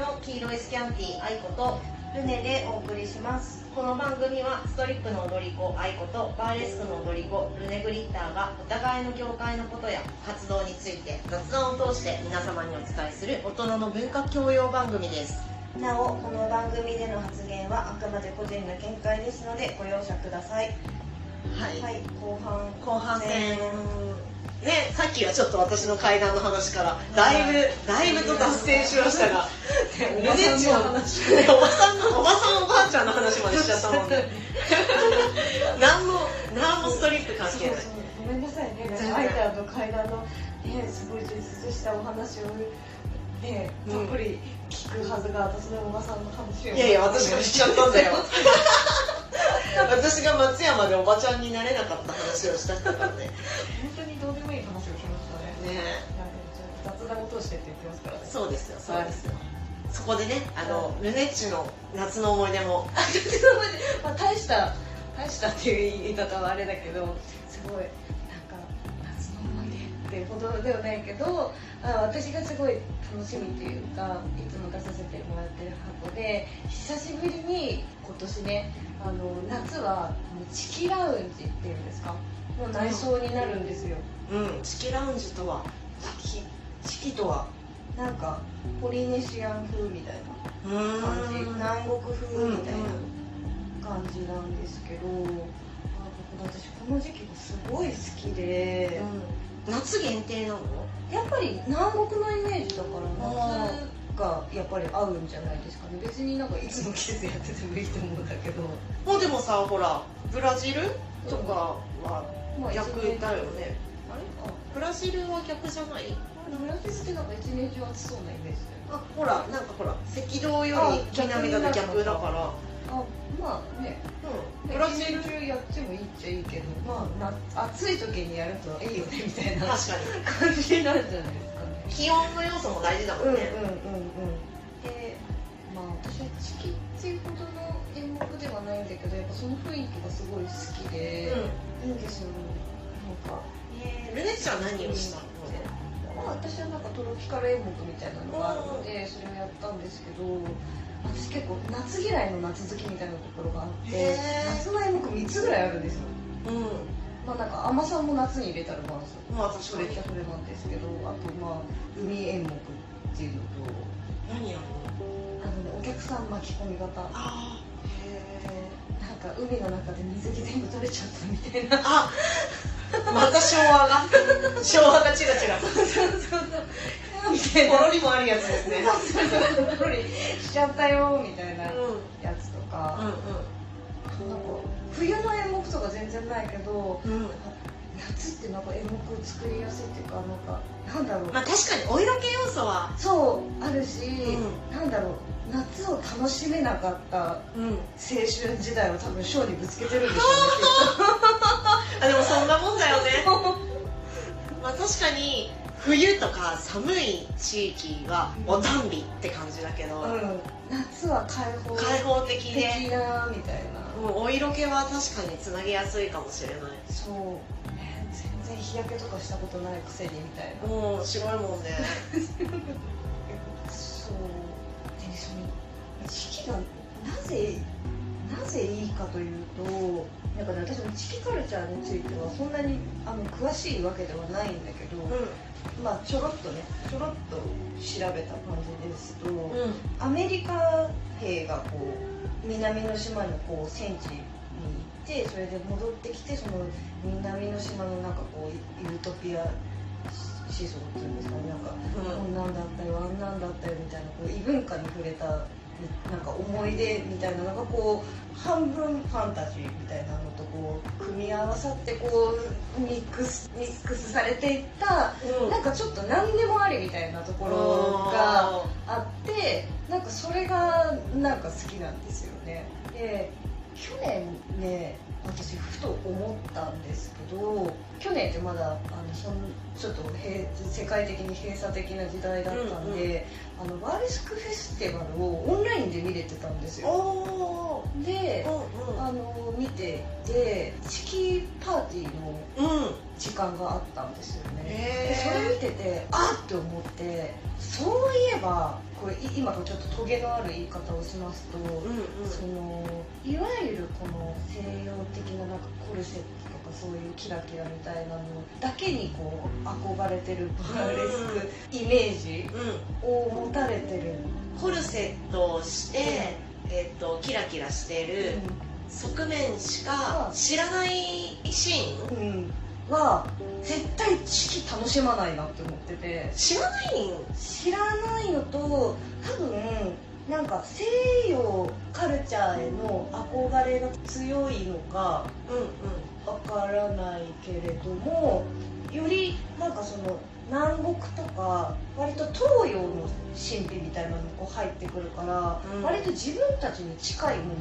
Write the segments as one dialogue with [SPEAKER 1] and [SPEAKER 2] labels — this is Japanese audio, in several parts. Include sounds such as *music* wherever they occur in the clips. [SPEAKER 1] ャンティー愛子とルネでお送りしますこの番組はストリップの踊り子愛子とバーレスクの踊り子ルネグリッターがお互いの業界のことや活動について雑談を通して皆様にお伝えする大人の文化教養番組です
[SPEAKER 2] なおこの番組での発言はあくまで個人の見解ですのでご容赦ください
[SPEAKER 1] はい、
[SPEAKER 2] はい後半
[SPEAKER 1] 後半戦ね、さっきはちょっと私の階段の話からだいぶ、だいぶと脱線しました *laughs* が
[SPEAKER 2] お
[SPEAKER 1] お
[SPEAKER 2] ば
[SPEAKER 1] ば
[SPEAKER 2] さ
[SPEAKER 1] さ
[SPEAKER 2] ん
[SPEAKER 1] ん
[SPEAKER 2] の
[SPEAKER 1] の話
[SPEAKER 2] 話
[SPEAKER 1] おばさんのおばさんおばあちゃんの話までしちゃったもんね *laughs* 何も何もストリップ関係ない
[SPEAKER 2] そうそうごめんなさいね
[SPEAKER 1] 全然
[SPEAKER 2] アイターの階段の、ね、すごい充実したお話をね
[SPEAKER 1] うん
[SPEAKER 2] たっぷり聞くはずが、私のおばさんの話を
[SPEAKER 1] いやいや私がしちゃったん *laughs* だよ私が松山でおばちゃんになれなかった話をしたからねね
[SPEAKER 2] 本当にどうでもいい話をしましたねなんか雑談を通してって言ってますからね
[SPEAKER 1] そうですよそうですよそこでねあのルネッチの夏の思い出も
[SPEAKER 2] まあ、大した大したっていう言い方はあれだけどすごいなんか夏の思い出ってほどではないけどあ私がすごい楽しみというかいつも出させてもらってる箱で久しぶりに今年ねあの夏はチキラウンジっていうんですかの内装になるんですよ
[SPEAKER 1] うんチキラウンジとは
[SPEAKER 2] チ
[SPEAKER 1] チキとは
[SPEAKER 2] キなんかポリネシアン風みたいな
[SPEAKER 1] うーん
[SPEAKER 2] 感じ南国風みたい
[SPEAKER 1] うん
[SPEAKER 2] な感じなんですけど、あ私この時期がすごい好きで、
[SPEAKER 1] 夏限定なの
[SPEAKER 2] やっぱり南国のイメージだから
[SPEAKER 1] あ
[SPEAKER 2] 夏がやっぱり合うんじゃないですかね別になんかいつも季節やっててもいいと思うんだけど
[SPEAKER 1] もうでもさほらブラジルとかは
[SPEAKER 2] まあ
[SPEAKER 1] 逆
[SPEAKER 2] 一年
[SPEAKER 1] だよね
[SPEAKER 2] あれか
[SPEAKER 1] ブラジルは逆じゃない
[SPEAKER 2] ブラジルってなんか一年中暑そうなイメージだよ
[SPEAKER 1] あほらなんかほら赤道よ
[SPEAKER 2] あ
[SPEAKER 1] り南だと逆だから
[SPEAKER 2] あまあね
[SPEAKER 1] うんブ
[SPEAKER 2] ブ
[SPEAKER 1] ラ
[SPEAKER 2] ラ
[SPEAKER 1] ジ
[SPEAKER 2] ジ
[SPEAKER 1] ル
[SPEAKER 2] ル中やってもいいっちゃいいけどまあな暑い時にやるといいよねみたいな
[SPEAKER 1] 確かに
[SPEAKER 2] 感じなんじゃないですかね
[SPEAKER 1] 気温の要素も大事だも
[SPEAKER 2] うん
[SPEAKER 1] ん
[SPEAKER 2] うんうん
[SPEAKER 1] ね、
[SPEAKER 2] うんでまあ私はチキっていうほどの演目ではないんだけどやっぱその雰囲気がすごい好きで、いいんですよなんか
[SPEAKER 1] うんルネッチは何をしたの
[SPEAKER 2] まあ私はなんかトロピカル演目みたいなのがあるのでそれをやったんですけど私結構夏嫌いの夏好きみたいなところがあって
[SPEAKER 1] へー
[SPEAKER 2] 夏の演目3つぐらいあるんですよ
[SPEAKER 1] うん
[SPEAKER 2] まあなんか甘さも夏に入れたらまず
[SPEAKER 1] まあ私
[SPEAKER 2] そ
[SPEAKER 1] こ
[SPEAKER 2] れ
[SPEAKER 1] れ
[SPEAKER 2] じゃそれなんですけどあとまあ海演目っていうのと
[SPEAKER 1] 何やるの
[SPEAKER 2] あのねお客さん巻き込み型
[SPEAKER 1] あ
[SPEAKER 2] なんか海の中で水着全部取れちゃったみたいな
[SPEAKER 1] あまた昭和 *laughs* が昭和がチラチラ
[SPEAKER 2] そうそうそうみたい
[SPEAKER 1] ポ
[SPEAKER 2] な
[SPEAKER 1] ロリもあるやつですね
[SPEAKER 2] ポロリしちゃったよみたいなや
[SPEAKER 1] うん
[SPEAKER 2] つとか、
[SPEAKER 1] う
[SPEAKER 2] なんか冬の演目とか全然ないけど
[SPEAKER 1] んうんうん
[SPEAKER 2] 夏ってなんか演目を作りやすいっていうかなんかなんだろう、
[SPEAKER 1] まあ確かにお色気要素は
[SPEAKER 2] そうあるし、
[SPEAKER 1] う
[SPEAKER 2] なんだろう夏を楽しめなかった
[SPEAKER 1] うん
[SPEAKER 2] 青春時代を多分ショーにぶつけてるんでしょ
[SPEAKER 1] あでもそんなもんだ *laughs* よね
[SPEAKER 2] うね
[SPEAKER 1] まあ確かに冬とか寒い地域はおたんびって感じだけど、
[SPEAKER 2] きっとうん夏は解放
[SPEAKER 1] 開放的
[SPEAKER 2] 的
[SPEAKER 1] で、
[SPEAKER 2] なみたいな、
[SPEAKER 1] うんお色気は確かにつなげやすいかもしれない
[SPEAKER 2] そう、ね、全然日焼けとかしたことないくせにみたいな
[SPEAKER 1] もう白いもんね
[SPEAKER 2] そうでそのチキがなぜなぜいいかというとなんかね私もチキカルチャーについてはそんなにあの詳しいわけではないんだけど、
[SPEAKER 1] う
[SPEAKER 2] まあちょろっとねちょろっと調べた感じですと、
[SPEAKER 1] んうん
[SPEAKER 2] アメリカ兵がこう南の島のこう戦地に行ってそれで戻ってきてその南の島のなんかこうユートピア思想っていうんですかねなんかこんなんだったよあんなんだったよみたいなこう異文化に触れたなんか思い出みたいなのがこう半分ファンタジーみたいなのとこう組み合わさってこうミックスミックスされていった
[SPEAKER 1] うん
[SPEAKER 2] なんかちょっと何でもありみたいなところが。あってなんかそれがなんか好きなんですよねで去年ね私ふと思ったんですけど去年ってまだあのそんちょっと閉世界的に閉鎖的な時代だったんで、あのバーレスクフェスティバルをオンラインで見れてたんです
[SPEAKER 1] お
[SPEAKER 2] よ
[SPEAKER 1] お
[SPEAKER 2] で
[SPEAKER 1] ー
[SPEAKER 2] あの見ててチキパーティーの
[SPEAKER 1] うんうんうん
[SPEAKER 2] 時間があったんですよね
[SPEAKER 1] へ
[SPEAKER 2] でそれ見ててあっって思ってそういえばこれい今とちょっとトゲのある言い方をしますと、
[SPEAKER 1] うん
[SPEAKER 2] そのいわゆるこの西洋的ななんかコルセットとかそういうキラキラみたいなのだけにこう憧れてるバーレスクイメージ
[SPEAKER 1] うんうん
[SPEAKER 2] を持たれてる、
[SPEAKER 1] コルセットをして、えっとキラキラしてる側面しか知らないシーン
[SPEAKER 2] うんは絶対式楽しまないなって思ってて
[SPEAKER 1] 知らない
[SPEAKER 2] 知らないのと多分なんか西洋カルチャーへの憧れが強いのか
[SPEAKER 1] うんうん
[SPEAKER 2] わからないけれどもよりなんかその南国とか割と東洋の神秘みたいなのがこう入ってくるから、
[SPEAKER 1] うん
[SPEAKER 2] 割と自分たちに近いも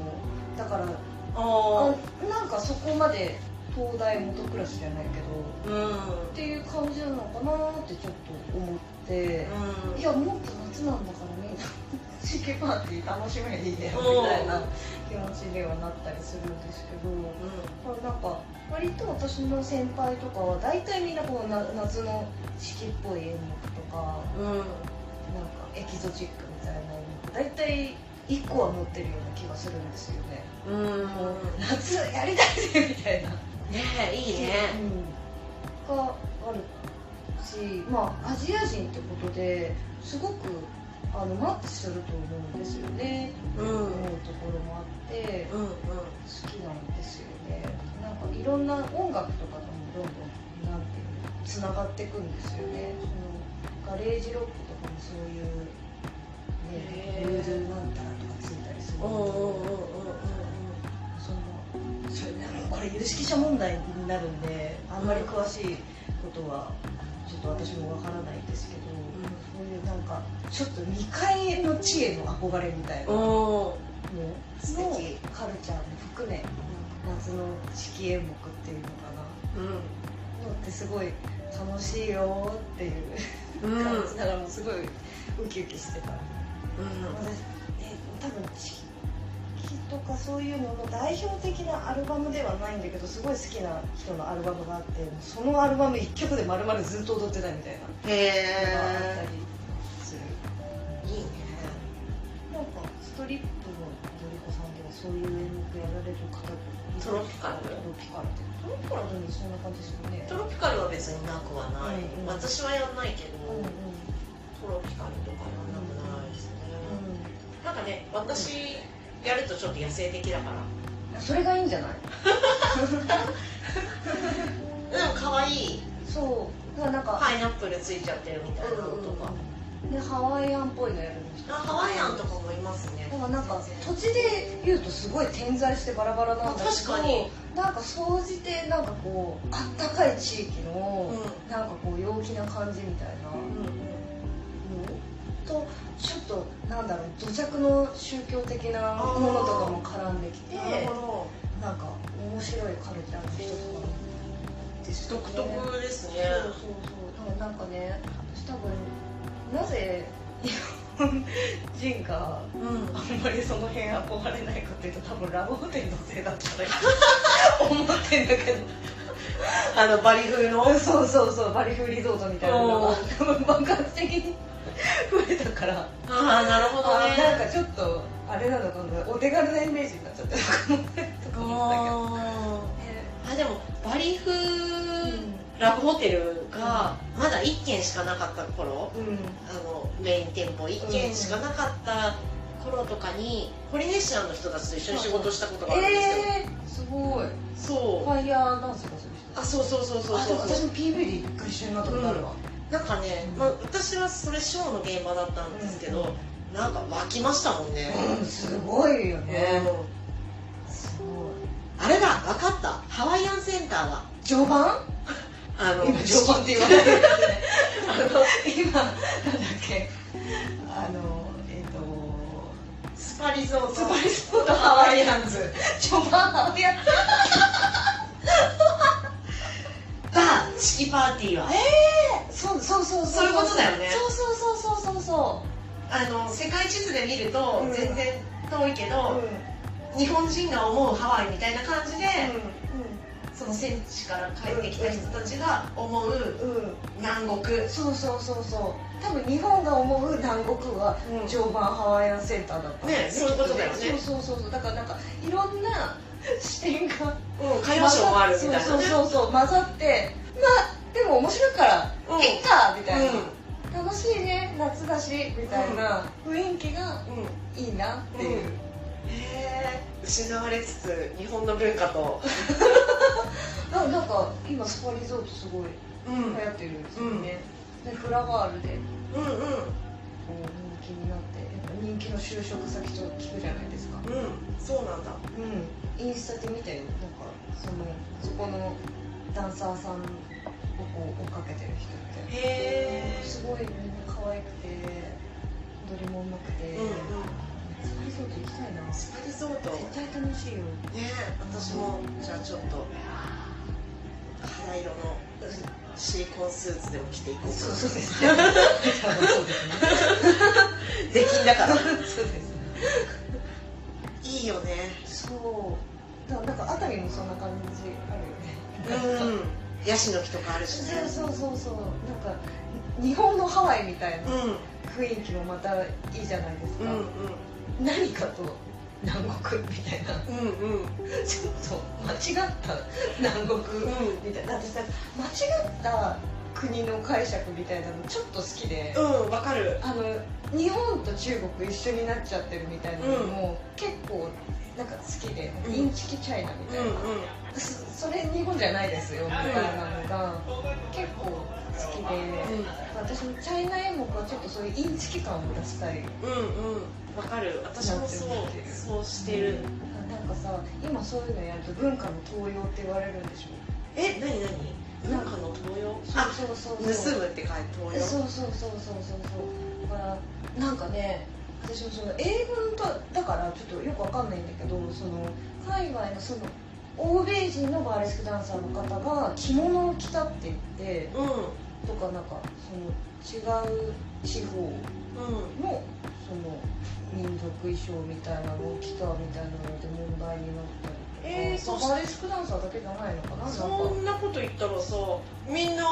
[SPEAKER 2] のだから
[SPEAKER 1] あ
[SPEAKER 2] あなんかそこまで東大元暮らしじゃないけどっ
[SPEAKER 1] あうん
[SPEAKER 2] ていう感じなのかなってちょっと思って、
[SPEAKER 1] うん
[SPEAKER 2] いやもっと夏なんだからね四季パーティー楽しめりいいねみたいな気持ちにはなったりするんですけど。これなんか割と私の先輩とかは大体みんなこうな夏の式っぽい演目とか
[SPEAKER 1] うんうん
[SPEAKER 2] なんかエキゾチックみたいな演目大体1個は持ってるような気がするんですよね
[SPEAKER 1] うん
[SPEAKER 2] 夏やりたいぜみたいな
[SPEAKER 1] ねえいいね
[SPEAKER 2] うん、があるしまあアジア人ってことですごくあのマッチすると思うんですよね
[SPEAKER 1] うんうん
[SPEAKER 2] 思うところもあって
[SPEAKER 1] うん
[SPEAKER 2] 好きなんですよねなんかいろんな音楽とかともどんどんなんていうのつながっていくんですよねそのガレージロックとかもそういうね
[SPEAKER 1] へー
[SPEAKER 2] ルーズなんたらとかついたりする
[SPEAKER 1] おうおうおうおうおう
[SPEAKER 2] そのそれでもこれ有識者問題になるんであんまり詳しいことはちょっと私もわからないんですけど、そういうなんかちょっと未開の地への憧れみたいな
[SPEAKER 1] おうおう
[SPEAKER 2] の
[SPEAKER 1] 素
[SPEAKER 2] の
[SPEAKER 1] 敵
[SPEAKER 2] カルチャーも含め夏の式演目っていうのか
[SPEAKER 1] う
[SPEAKER 2] なのってすごい楽しいよーってい
[SPEAKER 1] んう
[SPEAKER 2] うん感じならもうすごいウキウキしてた、
[SPEAKER 1] うん
[SPEAKER 2] 私え多分式とかそういうのの代表的なアルバムではないんだけどすごい好きな人のアルバムがあってそのアルバム1曲で丸々ずっと踊ってたみたいな
[SPEAKER 1] へ
[SPEAKER 2] のがあった
[SPEAKER 1] え
[SPEAKER 2] りする、
[SPEAKER 1] いいね
[SPEAKER 2] なんかストリップのドリコさんではそういう演目やられる方
[SPEAKER 1] トロピカル
[SPEAKER 2] トロピカルってトロピカルでもそんな感じですよね
[SPEAKER 1] トロピカルは別になくはない、
[SPEAKER 2] うんうん
[SPEAKER 1] 私はやんないけど、
[SPEAKER 2] うんうん
[SPEAKER 1] トロピカルとかやんなくないですね、
[SPEAKER 2] う
[SPEAKER 1] なんかね私やるとちょっと野生的だから
[SPEAKER 2] んそれがいいんじゃない
[SPEAKER 1] でも可愛い
[SPEAKER 2] そうだからなんか、
[SPEAKER 1] パイナップルついちゃってるみたいなのとか、
[SPEAKER 2] でハワイアンっぽいのやるの
[SPEAKER 1] あハワイアンとかもいますね
[SPEAKER 2] だからなんか土地で言うとすごい点在してバラバラなんだけど
[SPEAKER 1] 確かに
[SPEAKER 2] なんか総じてなんかこうあったかい地域
[SPEAKER 1] うんうん
[SPEAKER 2] の、なんかこう陽気な感じみたいな、とちょっとなんだろう土着の宗教的なものとかも絡んできて
[SPEAKER 1] なるほ
[SPEAKER 2] なんか面白いカルチャーの一つかなです
[SPEAKER 1] ど独特ですね
[SPEAKER 2] そうそうそうなんかね私多分なぜ日本人が
[SPEAKER 1] うん
[SPEAKER 2] あんまりその辺憧れないかっていうと多分ラブホテルのせいだったら思ってんだけど
[SPEAKER 1] あのバリ風の
[SPEAKER 2] そうそうそうバリフリゾートみたいなのが多分爆発的に増えたから
[SPEAKER 1] ああなるほど
[SPEAKER 2] あ
[SPEAKER 1] ね
[SPEAKER 2] なんかちょっとあれなのかなお手軽なイメージになっちゃったのかなとか思っ
[SPEAKER 1] あ
[SPEAKER 2] たけど、
[SPEAKER 1] ーあでもバリ風、
[SPEAKER 2] う
[SPEAKER 1] ラブホテルがまだ1軒しかなかった頃
[SPEAKER 2] んうん
[SPEAKER 1] あのメイン店舗1軒しかなかった頃とかにポリネシアの人たちと一緒に仕事したことがあるんですよ、
[SPEAKER 2] えー、すごいフ
[SPEAKER 1] そう
[SPEAKER 2] ァイヤーダンスがする人
[SPEAKER 1] あそうそうそうそう
[SPEAKER 2] あでも
[SPEAKER 1] そう
[SPEAKER 2] 私も PV で一回一緒になったことあるわ、
[SPEAKER 1] なんかね、まあ、私はそれショーの現場だったんですけど、なんか湧きましたもんね、
[SPEAKER 2] うんすごいよね、
[SPEAKER 1] うん
[SPEAKER 2] すごい
[SPEAKER 1] あれだ分かったハワイアンセンターだ
[SPEAKER 2] 序盤
[SPEAKER 1] あの
[SPEAKER 2] 今序盤って言われてるあの今なんだっけあのえっ、と
[SPEAKER 1] スパリゾート
[SPEAKER 2] スパリゾートハワイアンズ序盤ハワイアンズ
[SPEAKER 1] が式パーティーは
[SPEAKER 2] そうそうそう
[SPEAKER 1] そういうことだよね
[SPEAKER 2] そうそうそうそうそうそ
[SPEAKER 1] あの世界地図で見ると
[SPEAKER 2] うん
[SPEAKER 1] 全然遠いけ
[SPEAKER 2] ううん
[SPEAKER 1] ど、日本人が思うハワイみたいな感じで、
[SPEAKER 2] うん
[SPEAKER 1] そその戦地から帰ってきた人たちが思う
[SPEAKER 2] うん
[SPEAKER 1] 南国
[SPEAKER 2] そうそうそうそう多分日本が思う南国は
[SPEAKER 1] うん
[SPEAKER 2] 常磐ハワイアンセンターだったんだよ
[SPEAKER 1] ねそういうことだよね
[SPEAKER 2] そうそうそうそうだからなんかいろんな視点が
[SPEAKER 1] うん歌謡ショーもあるみたいなね
[SPEAKER 2] そうそうそうそう混ざってまあでも面白いから
[SPEAKER 1] うん
[SPEAKER 2] いっかみたいな、
[SPEAKER 1] う
[SPEAKER 2] 楽しいね夏だしみたいな雰囲気が
[SPEAKER 1] んうん
[SPEAKER 2] いいなっていう、
[SPEAKER 1] うんへー失われつつ日本の文化と、
[SPEAKER 2] あなんか今スパリゾートすごい
[SPEAKER 1] うん、うん
[SPEAKER 2] 流行ってるんですよね、でフラワールで
[SPEAKER 1] うん
[SPEAKER 2] こう人気になってやっぱ人気の就職先と聞くじゃないですか
[SPEAKER 1] うんそうなんだ
[SPEAKER 2] うんインスタで見たよなんかそのそこのダンサーさんをこう追っかけてる人み
[SPEAKER 1] へえ
[SPEAKER 2] たいなすごいみんな可愛くて踊りもうまくて、
[SPEAKER 1] うんうん
[SPEAKER 2] スパリゾート行きたいな絶
[SPEAKER 1] スパリゾート
[SPEAKER 2] 対楽しいよ
[SPEAKER 1] ね私もじゃあちょっと肌色のシリコンスーツでも着ていこうかな
[SPEAKER 2] うですねそうですね
[SPEAKER 1] 出禁だから
[SPEAKER 2] そうですね
[SPEAKER 1] いいよね
[SPEAKER 2] そうだからなんか熱海もそんな感じあるよね
[SPEAKER 1] うんヤシの木とかあるしね
[SPEAKER 2] そうそうそうそうなんか日本のハワイみたいな
[SPEAKER 1] う
[SPEAKER 2] 雰囲気もまたいいじゃないです
[SPEAKER 1] ん
[SPEAKER 2] か、
[SPEAKER 1] うん
[SPEAKER 2] 何かと南国みたいな
[SPEAKER 1] うんうん
[SPEAKER 2] ちょっと間違った南国
[SPEAKER 1] うん
[SPEAKER 2] みたいなだってさ間違った国の解釈みたいなのちょっと好きで、
[SPEAKER 1] うんわかる
[SPEAKER 2] あの日本と中国一緒になっちゃってるみたいなのも結構なんか好きで、
[SPEAKER 1] うん
[SPEAKER 2] インチキチャイナみ
[SPEAKER 1] う
[SPEAKER 2] た
[SPEAKER 1] ん
[SPEAKER 2] いな、
[SPEAKER 1] うん
[SPEAKER 2] そそれ日本じゃないですよみたいなのが結構好きで私もチャイナ演目はちょっとそういうインチキ感を出したい
[SPEAKER 1] うんうんうんわかる私もそう
[SPEAKER 2] なんて思ってる
[SPEAKER 1] そうしてる
[SPEAKER 2] なんかさ今そういうのやると文化の盗用って言われるんでしょ
[SPEAKER 1] え何何文化の東洋あ
[SPEAKER 2] そうそうそう
[SPEAKER 1] 盗むって書いて
[SPEAKER 2] そ
[SPEAKER 1] 東
[SPEAKER 2] うそ
[SPEAKER 1] 洋
[SPEAKER 2] うそうそうそうそうだからなんかね私もその英語のだだからちょっとよくわかんないんだけどその海外のその欧米人のバーレスクダンサーの方が着物を着たって言って
[SPEAKER 1] うん
[SPEAKER 2] とかなんかその違う地方
[SPEAKER 1] うん
[SPEAKER 2] のその民族衣装みたいなのを着たみたいなので問題になったりとか、
[SPEAKER 1] えーそう
[SPEAKER 2] まあバーレスクダンサーだけじゃないのかななんか
[SPEAKER 1] そんなこと言ったらさみんな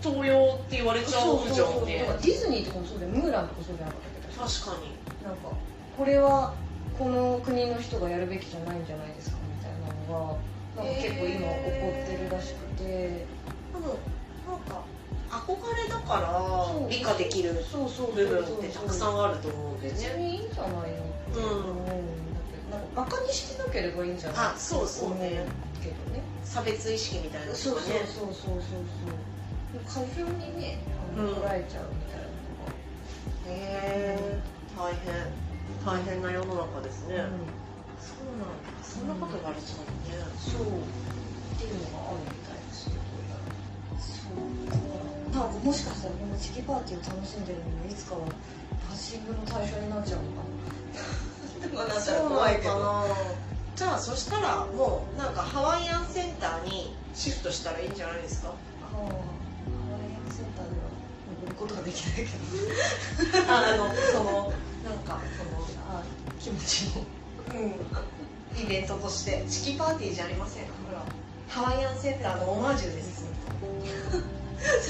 [SPEAKER 1] 東洋って言われちゃ
[SPEAKER 2] そう
[SPEAKER 1] う
[SPEAKER 2] そう
[SPEAKER 1] じゃん
[SPEAKER 2] そう
[SPEAKER 1] ね
[SPEAKER 2] だからディズニーとかもそうだよムーランとかそうじゃなかったっけど
[SPEAKER 1] 確かに
[SPEAKER 2] なんかこれはこの国の人がやるべきじゃないんじゃないですかみたいなのがなんか結構今起こってるらしくて、
[SPEAKER 1] でもなんか憧れだから理科できる
[SPEAKER 2] そうそうそう
[SPEAKER 1] 部分ってたくさ
[SPEAKER 2] ん
[SPEAKER 1] んあると思うんで
[SPEAKER 2] 別
[SPEAKER 1] ね
[SPEAKER 2] にいいんじゃないのって思うんだけどなんかバカにしてなければいいんじゃない
[SPEAKER 1] あそうそうね
[SPEAKER 2] けどね
[SPEAKER 1] 差別意識みたいなの
[SPEAKER 2] そう
[SPEAKER 1] と
[SPEAKER 2] そう
[SPEAKER 1] か
[SPEAKER 2] そう
[SPEAKER 1] ね
[SPEAKER 2] そうそうそう過剰にねあの
[SPEAKER 1] うん
[SPEAKER 2] 捉えちゃうみたいな
[SPEAKER 1] へえ大変大変な世の中ですね、
[SPEAKER 2] のが、うん
[SPEAKER 1] そうなんだそんなことがあるじゃんね
[SPEAKER 2] そうっていうのがあるみたいですよそうなんかもしかしたらこのチキパーティーを楽しんでるのもいつかはバッシングの対象になっちゃうのかなでもなっちゃう怖いけ
[SPEAKER 1] そう
[SPEAKER 2] ど
[SPEAKER 1] なのかなじゃあそしたらもうなんかハワイアンセンターにシフトしたらいいんじゃないですか
[SPEAKER 2] ハワイアンセンターでは登ることができないけど
[SPEAKER 1] あのそのなんか
[SPEAKER 2] あ気持ち
[SPEAKER 1] そ
[SPEAKER 2] も
[SPEAKER 1] のうんイベントとしてチキパーティーじゃありませんほらハワイアンセンターのオマージュです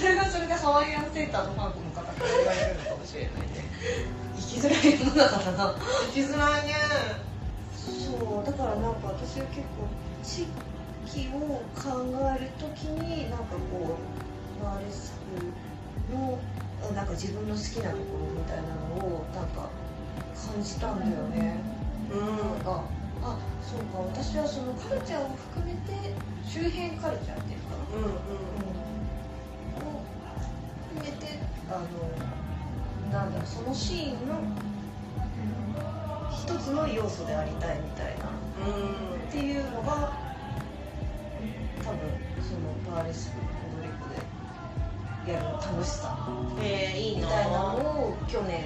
[SPEAKER 2] それがそれでハワイアンセンターのファンクの方から言われるのかもしれないね生きづらい世の中だな
[SPEAKER 1] 行きづらいね
[SPEAKER 2] そうだからなんか私は結構地域を考えるときになんかこうバーレスクのあなんか自分の好きなところみたいなのをなんか感じたんだよね、
[SPEAKER 1] うん
[SPEAKER 2] なんかあそうか私はそのカルチャーを含めて周辺カルチャーっていうか
[SPEAKER 1] うん
[SPEAKER 2] な
[SPEAKER 1] うん
[SPEAKER 2] を含めてあのなんだろうそのシーンの一つの要素でありたいみたいな
[SPEAKER 1] うん
[SPEAKER 2] っていうのが多分そのバーレスク踊り子でやる楽しさ
[SPEAKER 1] えー、いい
[SPEAKER 2] み
[SPEAKER 1] な
[SPEAKER 2] たいなのを去年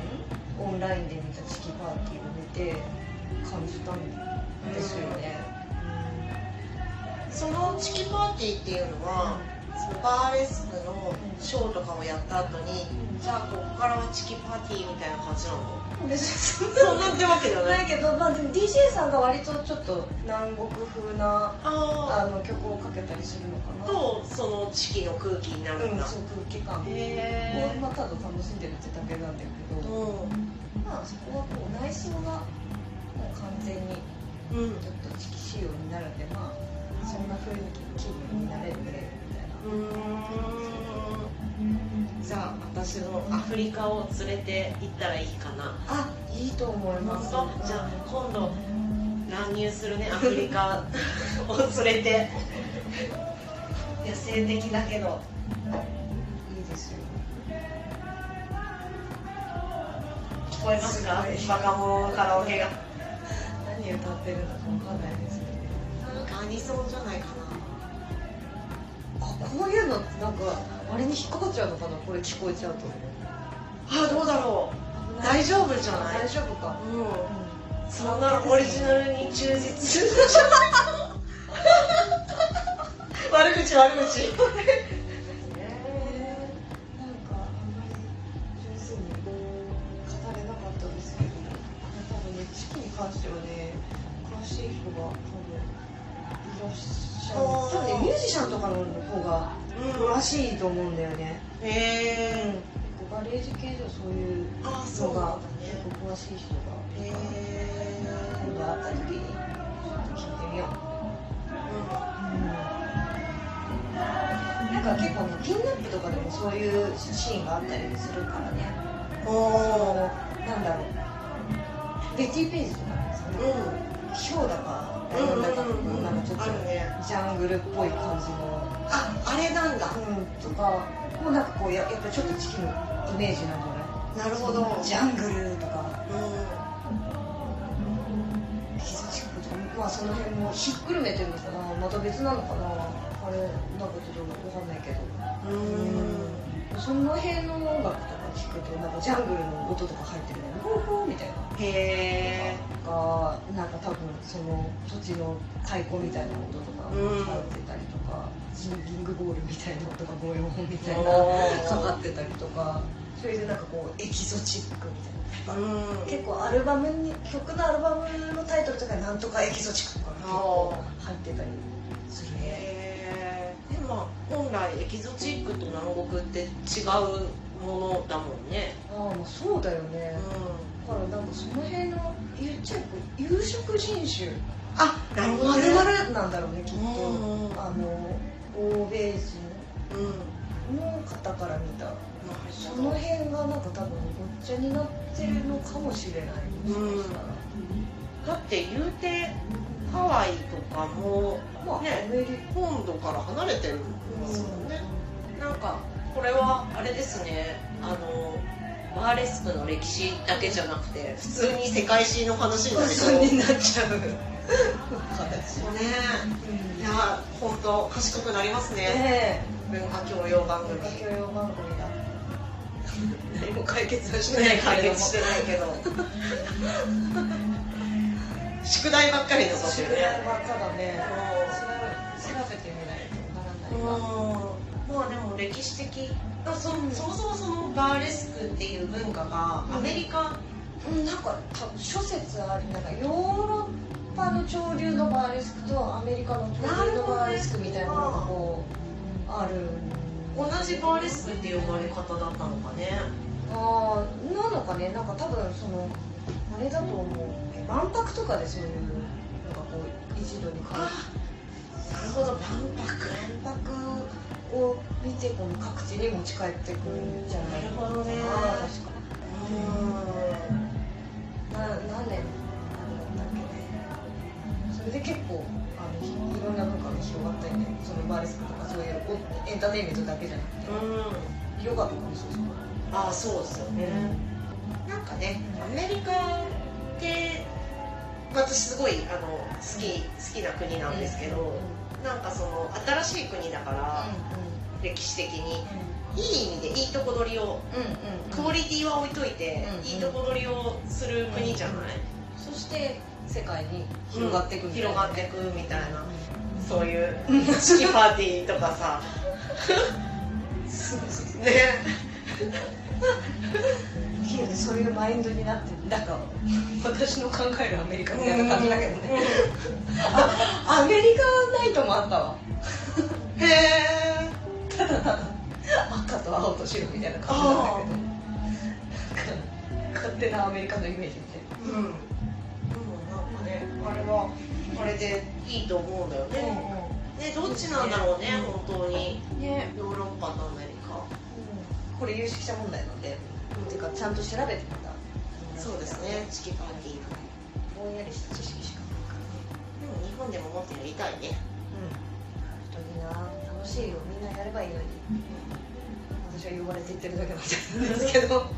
[SPEAKER 2] オンラインで見たチキパーティーを見て感じたんですよね。
[SPEAKER 1] そのチキパーティーっていうのはそのバーレスクのショーとかをやった後にじゃあここからはチキパーティーみたいな感じなの
[SPEAKER 2] 別にそん
[SPEAKER 1] そう
[SPEAKER 2] な
[SPEAKER 1] なってわけじゃな
[SPEAKER 2] ないいけど、まあ、でも DJ さんが割とちょっと南国風な
[SPEAKER 1] *laughs* あ
[SPEAKER 2] あの曲をかけたりするの
[SPEAKER 1] あ
[SPEAKER 2] かな
[SPEAKER 1] とそのチキの空気にな
[SPEAKER 2] う
[SPEAKER 1] るん
[SPEAKER 2] ん
[SPEAKER 1] だ、
[SPEAKER 2] そう空気感で、
[SPEAKER 1] へ
[SPEAKER 2] まあ、ただ楽しんでるってだけなんだけ
[SPEAKER 1] えう
[SPEAKER 2] ど、
[SPEAKER 1] ん
[SPEAKER 2] まあそこはこう内装がもう完全に
[SPEAKER 1] うん
[SPEAKER 2] ちょっとチキ仕様になるんでまあそんな雰囲気気分になれるみたいな
[SPEAKER 1] うーんじゃあ私のアフリカを連れて行ったらいいかな
[SPEAKER 2] あいいと思います
[SPEAKER 1] 本当じゃあ今度乱入するねアフリ *laughs* カを連れて野生的だけど
[SPEAKER 2] いいですよ
[SPEAKER 1] 聞こえますかバカモンカラオケが
[SPEAKER 2] *laughs* 何歌ってるのかわかんないですけど
[SPEAKER 1] なんかアニソンじゃないかな
[SPEAKER 2] ここういうのってなんかあれに引っかかっちゃうのかなこれ聞こえちゃうと
[SPEAKER 1] あどうだろう大丈夫じゃない
[SPEAKER 2] 大丈夫か
[SPEAKER 1] うんそんなオリジナルに忠実悪口悪口
[SPEAKER 2] えーなんかあんまり上手に語れなかったですけど多分ねチキに関してはね詳しい人が多分いらっしゃる
[SPEAKER 1] あ
[SPEAKER 2] 多
[SPEAKER 1] ー
[SPEAKER 2] 分ねミュージシャンとかの方が詳しいと思うんだよね
[SPEAKER 1] うんへえ
[SPEAKER 2] 結構ガレージ系ではそういう
[SPEAKER 1] あそ
[SPEAKER 2] の
[SPEAKER 1] うなんだ
[SPEAKER 2] が結
[SPEAKER 1] ね
[SPEAKER 2] 構詳しい人
[SPEAKER 1] へ
[SPEAKER 2] が今
[SPEAKER 1] え
[SPEAKER 2] 度会った時にちょっと聞いてみようなんか結構ね、ピンナップとかでもそういうシーンがあったりするからね、
[SPEAKER 1] うんおー
[SPEAKER 2] もうなんだろう、ベティ・ペイズとかね、その
[SPEAKER 1] う
[SPEAKER 2] ヒョウだか、
[SPEAKER 1] ん
[SPEAKER 2] なんだか、
[SPEAKER 1] うんうんうん
[SPEAKER 2] なんかちょっ
[SPEAKER 1] あるね
[SPEAKER 2] とジャングルっぽい感じの、
[SPEAKER 1] ああれなんだ
[SPEAKER 2] うん、とか、もうなんかこうや、やっぱちょっとチキンのイメージなんじゃない
[SPEAKER 1] なるほど
[SPEAKER 2] そのジャングルとか、
[SPEAKER 1] う
[SPEAKER 2] ヒザチックとか、まあその辺もひっくるめてるのかな、また別なのかな、あれ、なんかちょっとわかんないけど。
[SPEAKER 1] んうん
[SPEAKER 2] その辺の音楽とか聞くとなんかジャングルの音とか入ってるねホーホーみたいな
[SPEAKER 1] へえ
[SPEAKER 2] がなんか多分その土地の太鼓みたいな音とか
[SPEAKER 1] うん
[SPEAKER 2] 入ってたりとか、スノギングボールみたいな音がゴヨンみたいなかかってたりとかそれでなんかこうエキゾチックみたいな
[SPEAKER 1] うん
[SPEAKER 2] 結構アルバムに曲のアルバムのタイトルとかになんとかエキゾチックとか結構入ってたりするね
[SPEAKER 1] へーでも本来エキゾチックと南国って違うものだもんね
[SPEAKER 2] ああまあそうだよね
[SPEAKER 1] うん
[SPEAKER 2] だからなんかその辺の言っちゃえば有色人種
[SPEAKER 1] あなるほど
[SPEAKER 2] ま
[SPEAKER 1] ね
[SPEAKER 2] るまるなんだろうねきっと
[SPEAKER 1] うん
[SPEAKER 2] あの欧米人
[SPEAKER 1] うん
[SPEAKER 2] の方から見た
[SPEAKER 1] なる
[SPEAKER 2] そ
[SPEAKER 1] ほ
[SPEAKER 2] の
[SPEAKER 1] ど
[SPEAKER 2] 辺がなんか多分ごっちゃになってるのかもしれないもしかした
[SPEAKER 1] だ
[SPEAKER 2] ら
[SPEAKER 1] って言うてハワイとかも
[SPEAKER 2] まあ
[SPEAKER 1] ね
[SPEAKER 2] アメリカ
[SPEAKER 1] 本土から離れてるんですもんねなんかこれはあれですねあのバーレスクの歴史だけじゃなくて普通に世界史の話になりそう
[SPEAKER 2] 嘘
[SPEAKER 1] ね
[SPEAKER 2] になっちゃう形
[SPEAKER 1] いや本当賢くなりますね
[SPEAKER 2] ねえ
[SPEAKER 1] 文化教養番組
[SPEAKER 2] 教養番組だ
[SPEAKER 1] 何も解決はしてない解決してないけど *laughs* 宿題ばっかり残って
[SPEAKER 2] 宿
[SPEAKER 1] る
[SPEAKER 2] 題
[SPEAKER 1] ね
[SPEAKER 2] ばっかだね
[SPEAKER 1] うん
[SPEAKER 2] 調べてみないとわからないわ
[SPEAKER 1] うんまあでも歴史的あそそもそもそのバーレスクっていう文化がアメリカ、
[SPEAKER 2] うんなんか多分諸説ありなんかヨーロッパの潮流のバーレスクとアメリカの潮流のバーレスクみたいなのがこうある
[SPEAKER 1] 同じバーレスクって呼ばれ方だったのかね
[SPEAKER 2] あーなのかねなんか多分そのあれだと思う万博とかでそういうなんかこう一度にか
[SPEAKER 1] なるほど万博
[SPEAKER 2] 万博を見てこの各地に持ち帰ってくるんじゃな
[SPEAKER 1] ないる
[SPEAKER 2] か
[SPEAKER 1] ほどね
[SPEAKER 2] な確か
[SPEAKER 1] う
[SPEAKER 2] な何年なんだっけねそれで結構あのひいろんな文化が広がったりねそのバーレスクとかそういうおエンターテインメントだけじゃなくて
[SPEAKER 1] ん、うん、
[SPEAKER 2] ヨガとかもそうそう
[SPEAKER 1] ああそうですよねなんかねアメリカって私すごいあの好き好きな国なんですけ
[SPEAKER 2] うん
[SPEAKER 1] ど、なんかその新しい国だから、
[SPEAKER 2] う
[SPEAKER 1] 歴史的にいい意味でいいとこ取りを
[SPEAKER 2] んうん
[SPEAKER 1] クオリティは置いといて、
[SPEAKER 2] うん
[SPEAKER 1] いいとこ取りをする国じゃない、
[SPEAKER 2] そして世界に広がっていくみたいな
[SPEAKER 1] 広がっていくみたいな *laughs* そういう式パーティーとかさす
[SPEAKER 2] けどそういうマインドになってるなんか私の考えるアメリカみたいな感じだけどね、あアメリカナイトもあったわ
[SPEAKER 1] へえ
[SPEAKER 2] ただただ赤と青と白みたいな感じなんだけどなんか勝手なアメリカのイメージみたいな
[SPEAKER 1] うんでもなんかねあれはあれでいいと思うんだよね、ねどっちなんだろうね、
[SPEAKER 2] うん
[SPEAKER 1] 本当に
[SPEAKER 2] ね、
[SPEAKER 1] ヨーロッパとアメリカ
[SPEAKER 2] これ有識者問題なんで、ていうかちゃんと調べてみた
[SPEAKER 1] そうですねチキパーティーとか
[SPEAKER 2] ぼんやりした知識しかないからね
[SPEAKER 1] でも日本でももっとやりたいね
[SPEAKER 2] うん本当にな楽しいよみんなやればいいのに私は呼ばれて行ってるだけなんですけど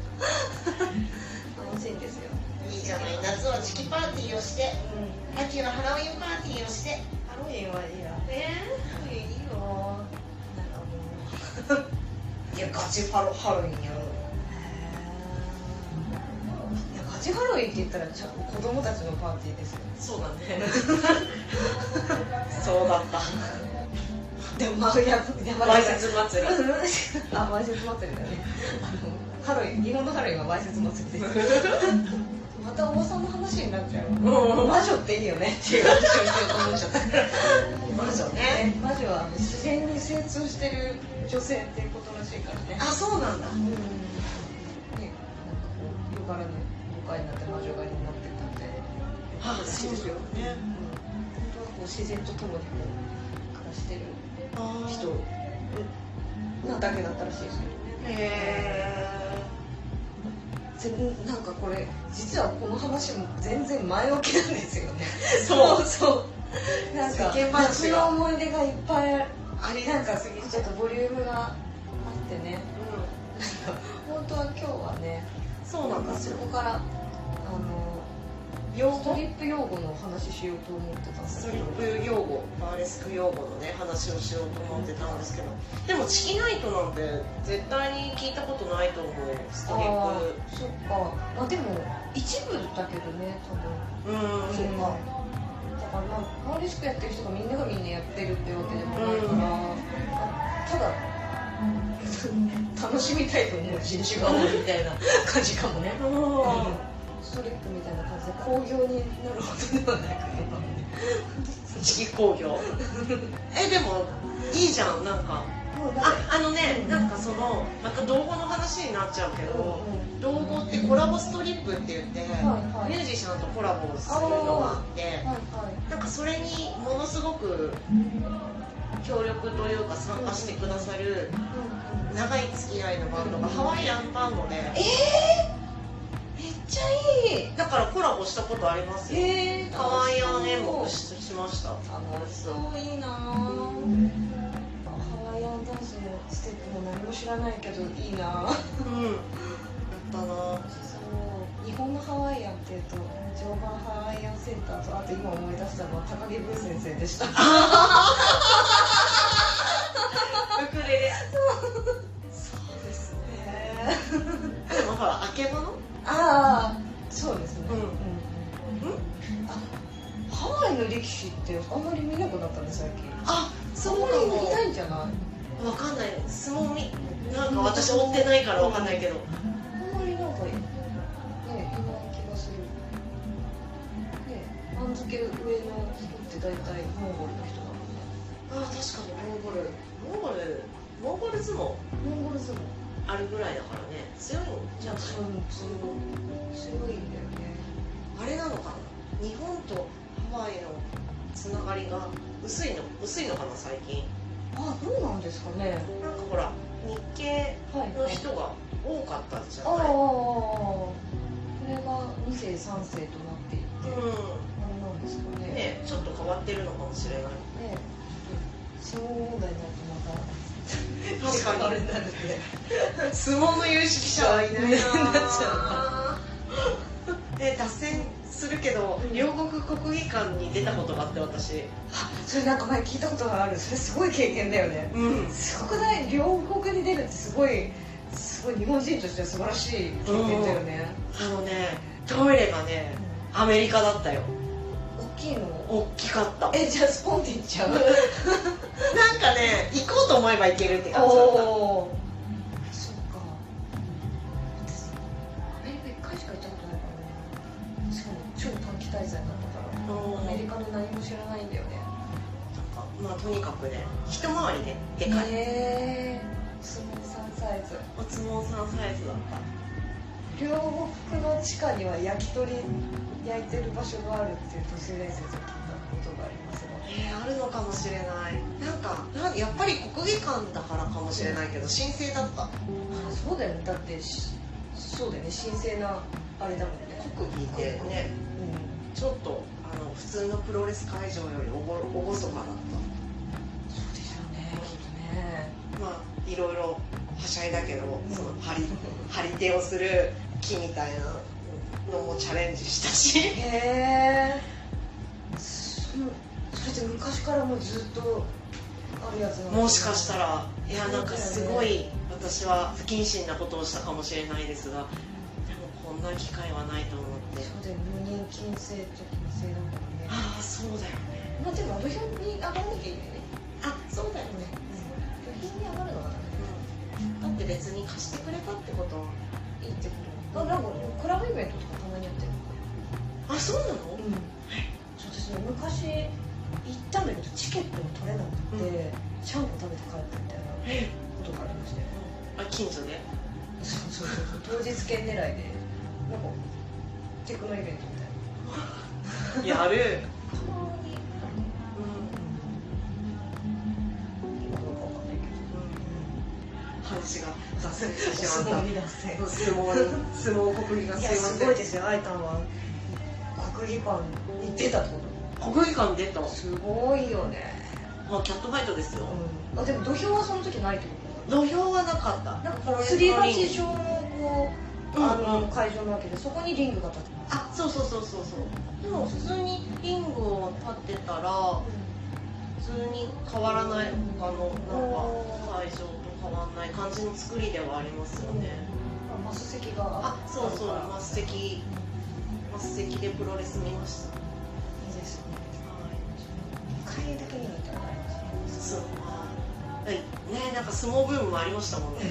[SPEAKER 2] 楽しいんですよ
[SPEAKER 1] いいじゃない夏はチキパーティーをして
[SPEAKER 2] うん
[SPEAKER 1] 秋はハロウィンパーティーをして
[SPEAKER 2] ハロウィンはいいや
[SPEAKER 1] え
[SPEAKER 2] ハロウィンいいよなんかもう
[SPEAKER 1] いやガチハロハロウィンやろうよ
[SPEAKER 2] いやガチハロウィンって言ったらちゃんと子供たちのパーティーですよ
[SPEAKER 1] そう *laughs* だねそうだった
[SPEAKER 2] でもまあや山
[SPEAKER 1] わ
[SPEAKER 2] 田
[SPEAKER 1] いせ
[SPEAKER 2] さん
[SPEAKER 1] つ祭り
[SPEAKER 2] あ、わいせつ祭りだね。あのハロウィン、日本のハロウィンはわいせつ祭りです。またおばさんの話になっちゃう。
[SPEAKER 1] うん
[SPEAKER 2] 魔女っていいよねっていう話をしようと思っちゃった。
[SPEAKER 1] 魔女ね。
[SPEAKER 2] 魔女は自然に精通してる女性っていうことらしいからね。
[SPEAKER 1] あそうなんだ
[SPEAKER 2] うん。ね、なんかこう、よからぬ誤解になって魔女狩りになってったみたいな。
[SPEAKER 1] あ
[SPEAKER 2] らしいですよ。うん
[SPEAKER 1] ね
[SPEAKER 2] 本当はこう自然と共にこう暮らしてる
[SPEAKER 1] 人
[SPEAKER 2] 人なだけだったらしいですよ。
[SPEAKER 1] へえ
[SPEAKER 2] ぜなんかこれ実はこの話も全然前置きなんですよね
[SPEAKER 1] そう
[SPEAKER 2] そう *laughs* なんか
[SPEAKER 1] 世間話
[SPEAKER 2] 夏
[SPEAKER 1] が
[SPEAKER 2] の思い出がいっぱいありなんかすぎちょっとボリュームがあってね
[SPEAKER 1] う
[SPEAKER 2] 本当は今日はね
[SPEAKER 1] んそうなんだ
[SPEAKER 2] そこからあの
[SPEAKER 1] 用
[SPEAKER 2] スト
[SPEAKER 1] 語
[SPEAKER 2] リップ用語のお話ししようと思ってたんです
[SPEAKER 1] ス
[SPEAKER 2] け
[SPEAKER 1] ト
[SPEAKER 2] ど
[SPEAKER 1] リップ用語バーレスク用語のね話をしようと思ってたんですけどでもチキナイトなんて絶対に聞いたことないと思うストリ
[SPEAKER 2] あ
[SPEAKER 1] ッ
[SPEAKER 2] あそっかまあでも一部だけどね多分
[SPEAKER 1] プうん
[SPEAKER 2] そうか。だからまあ、マーリスクやってる人がみんながみんなやってるってわけでもないから、
[SPEAKER 1] うん
[SPEAKER 2] あただ、 *laughs* 楽しみたいと思う人種が多いみたいな感じかもね。ストリップみたいな感じで興行になるほどではないかな。
[SPEAKER 1] チキ工業 *laughs* えでもいいじゃんなんか
[SPEAKER 2] もうだって
[SPEAKER 1] ああのねなんかそのまた道後の話になっちゃうけ
[SPEAKER 2] うんうん
[SPEAKER 1] ど道後ってコラボストリップって言って
[SPEAKER 2] はいはい
[SPEAKER 1] ミュージシャンとコラボをするのがあって
[SPEAKER 2] はいはい
[SPEAKER 1] なんかそれにものすごく協力というか参加してくださる
[SPEAKER 2] うんうん
[SPEAKER 1] 長い付き合いのバンドがハワイアンバンドで
[SPEAKER 2] えー、めっちゃいい
[SPEAKER 1] だからコラボしたことありますよ
[SPEAKER 2] えー、
[SPEAKER 1] ハワイアン演目
[SPEAKER 2] し
[SPEAKER 1] ししました
[SPEAKER 2] 楽しそういいなぁハワイアンダンスのステップも何も知らないけどいいなぁ
[SPEAKER 1] うんやったな
[SPEAKER 2] そう日本のハワイアンっていうと常磐ハワイアンセンターとあと今思い出したのは高木ブー先生でした
[SPEAKER 1] ウクレレ
[SPEAKER 2] そうですね
[SPEAKER 1] でもほらあけぼの
[SPEAKER 2] ああそうですね
[SPEAKER 1] うん
[SPEAKER 2] うんあハワイの力士ってあんまり見なくなったね最近
[SPEAKER 1] あそうか
[SPEAKER 2] あんまり見
[SPEAKER 1] も
[SPEAKER 2] ないんじゃない
[SPEAKER 1] わかんない相撲みなんか私追ってないからわかんないけど
[SPEAKER 2] あんまりなんかねいない気がするね番付上の人って大体モンゴルの人だ
[SPEAKER 1] あ
[SPEAKER 2] もんね
[SPEAKER 1] 確かにモンゴルモンゴルモンゴル相撲
[SPEAKER 2] モンゴル相撲
[SPEAKER 1] あるぐらいだからね強いんじゃない
[SPEAKER 2] そう強いんだよね
[SPEAKER 1] あれなのかな日本とハワイのつながりが薄いの薄いのかな最近
[SPEAKER 2] あどうなんですかね
[SPEAKER 1] なんかほら日系
[SPEAKER 2] はい
[SPEAKER 1] の人が多かったじゃ
[SPEAKER 2] ああ
[SPEAKER 1] ない
[SPEAKER 2] これが2世3世となっていて
[SPEAKER 1] う
[SPEAKER 2] 何なんですかね
[SPEAKER 1] んねちょっと変わってるのかもしれない
[SPEAKER 2] ねちょっと相撲問題になるとまた
[SPEAKER 1] 確かに
[SPEAKER 2] になるんで
[SPEAKER 1] 相撲の有識者はいないな
[SPEAKER 2] なっち
[SPEAKER 1] *laughs* ゃうで脱線するけど、
[SPEAKER 2] うん
[SPEAKER 1] 両国国技館に出たことがあって私
[SPEAKER 2] あそれなんか前聞いたことがあるそれすごい経験だよね
[SPEAKER 1] うん
[SPEAKER 2] すごくない両国に出るってすごいすごい日本人としては素晴らしい経験だよね、
[SPEAKER 1] あのねトイレがねアメリカだったよ
[SPEAKER 2] 大きいの
[SPEAKER 1] 大きかった
[SPEAKER 2] えじゃあスポンっていっちゃう
[SPEAKER 1] なんかね行こうと思えば行けるって感じだっ
[SPEAKER 2] おーしかも超短期滞在だったか
[SPEAKER 1] お
[SPEAKER 2] らアメリカの何も知らないんだよね
[SPEAKER 1] まあとにかくね一回りででかい、
[SPEAKER 2] へえ相撲さんサイズ
[SPEAKER 1] お相撲さんサイズだった
[SPEAKER 2] 両国の地下には焼き鳥焼いてる場所があるっていう都市伝説を聞いたことがありますが
[SPEAKER 1] えーあるのかもしれないなんかなやっぱり国技館だからかもしれないけど神聖だった
[SPEAKER 2] あそうだよねだってしそうだよね神聖なあれだもんね
[SPEAKER 1] 国技ってね
[SPEAKER 2] うん
[SPEAKER 1] ちょっとあの普通のプロレス会場よりおぼおごそかだっ
[SPEAKER 2] そうでしょうねきっとね
[SPEAKER 1] たまあいろいろはしゃいだけどその張り *laughs* 張り手をする木みたいなのもチャレンジしたし
[SPEAKER 2] へえそそれって昔からもうずっとあるやつなの
[SPEAKER 1] もしかしたらいやなんかすごい私は不謹慎なことをしたかもしれないですがでもこんな機会はないと思って
[SPEAKER 2] そうだよね無人禁制と禁制だもんね
[SPEAKER 1] ああそうだよね
[SPEAKER 2] まあでも土俵に上がらなきゃいけないね
[SPEAKER 1] あそうだよね、
[SPEAKER 2] 土俵に上がるのがね
[SPEAKER 1] だって別に貸してくれたってことはい
[SPEAKER 2] いってことあなんかクラブイベントとかたまにやってる
[SPEAKER 1] あそうなの
[SPEAKER 2] うんそう私ね昔行ったんだけどチケットを取れなくて、ちゃんこ食べて帰ったみたいなことがありましたよ
[SPEAKER 1] あ近所 *laughs* で
[SPEAKER 2] そうそうそう当日券狙いでなんかテクノイベントみたいな
[SPEAKER 1] やる
[SPEAKER 2] たまに今どうかわかんないけど
[SPEAKER 1] 話が脱線してし
[SPEAKER 2] す
[SPEAKER 1] ま
[SPEAKER 2] ご
[SPEAKER 1] っ
[SPEAKER 2] いですね
[SPEAKER 1] た相撲相撲国技が
[SPEAKER 2] いや
[SPEAKER 1] すいますせ
[SPEAKER 2] ごいですよアイタンは国技館に出たってこ
[SPEAKER 1] ん国技館出た
[SPEAKER 2] とすごいよね
[SPEAKER 1] あキャットファイトですよ
[SPEAKER 2] うんあでも土俵はその時ないってこと
[SPEAKER 1] 土俵はなかった
[SPEAKER 2] なんかこうすり鉢状のこう、
[SPEAKER 1] うん
[SPEAKER 2] あの会場なわけでそこにリングが立ってる
[SPEAKER 1] あそうそうそうそうそうでも普通にリングを立ってたら普通に変わらない他のなんか会場と変わらない感じの作りではありますよね、
[SPEAKER 2] あマス席が
[SPEAKER 1] あそうそう
[SPEAKER 2] あるから
[SPEAKER 1] マス席マス席でプロレス見ました、
[SPEAKER 2] いいですね2回だけ見に行ったことあります
[SPEAKER 1] そうあはいねなんか相撲ブームもありましたもんね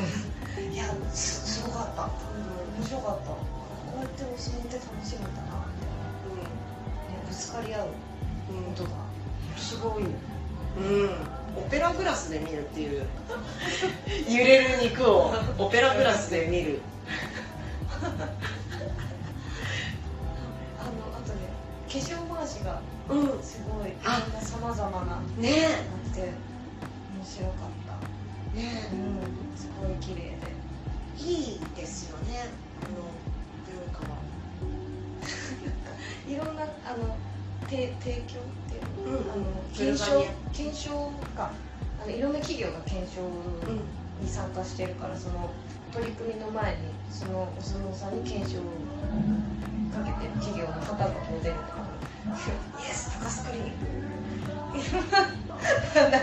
[SPEAKER 2] いやすすごかった、うん、面白かったこうやってお相撲って楽しむんだなみたいな、ね、ぶつかり合う音がすごい
[SPEAKER 1] うん、うん、オペラグラスで見るっていう *laughs* 揺れる肉をオペラグラスで見る
[SPEAKER 2] あのあとね化粧回しが
[SPEAKER 1] うん
[SPEAKER 2] すごいい
[SPEAKER 1] あ
[SPEAKER 2] ろんなさまざまなあ
[SPEAKER 1] ね
[SPEAKER 2] って面白かった
[SPEAKER 1] えね
[SPEAKER 2] うんすごい綺麗で
[SPEAKER 1] えいいですよねあの文化はい
[SPEAKER 2] ろんなあのて提供っていうの、
[SPEAKER 1] うん
[SPEAKER 2] あの
[SPEAKER 1] ブル
[SPEAKER 2] 検
[SPEAKER 1] ガ
[SPEAKER 2] 証
[SPEAKER 1] リ
[SPEAKER 2] 検証があのいろんな企業が検証に参加してるからその取り組みの前にそのお相撲さんに検証をかけて企業の方が当然「イエス高須クリニック」 *laughs* なんか
[SPEAKER 1] う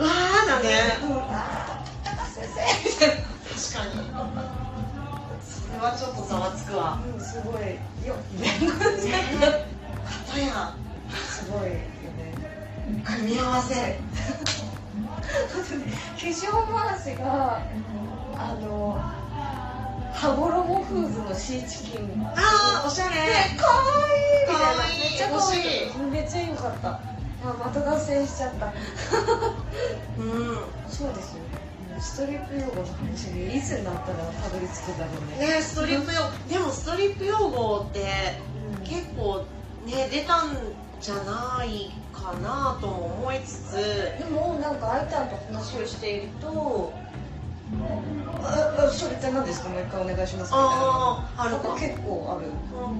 [SPEAKER 1] わーだね
[SPEAKER 2] 「うんあー高須先生」みたい
[SPEAKER 1] 確
[SPEAKER 2] な。
[SPEAKER 1] かにそれはちょっとざわつくわ
[SPEAKER 2] うん、 *laughs* すごいよ。
[SPEAKER 1] 片や
[SPEAKER 2] すごいよね。
[SPEAKER 1] 組み合わせ
[SPEAKER 2] 化粧回しが、あの、羽衣フーズのシーチキン。
[SPEAKER 1] ああおしゃれ
[SPEAKER 2] かわいいみたいな
[SPEAKER 1] かわいい
[SPEAKER 2] めっちゃかわいいめっちゃよかったあまた脱線しちゃった
[SPEAKER 1] うん
[SPEAKER 2] そうですよストリップ用語の話にいつになったらたどり着くだろうね
[SPEAKER 1] ねストリップ用でもストリップ用語って結構ね出たんじゃないかなとも思いつつ
[SPEAKER 2] でもなんかアイタンと話をしていると「ああそれって何ですかもう一回お願いします」みたいな
[SPEAKER 1] ああある
[SPEAKER 2] そこ
[SPEAKER 1] か
[SPEAKER 2] 結構ある
[SPEAKER 1] 本
[SPEAKER 2] う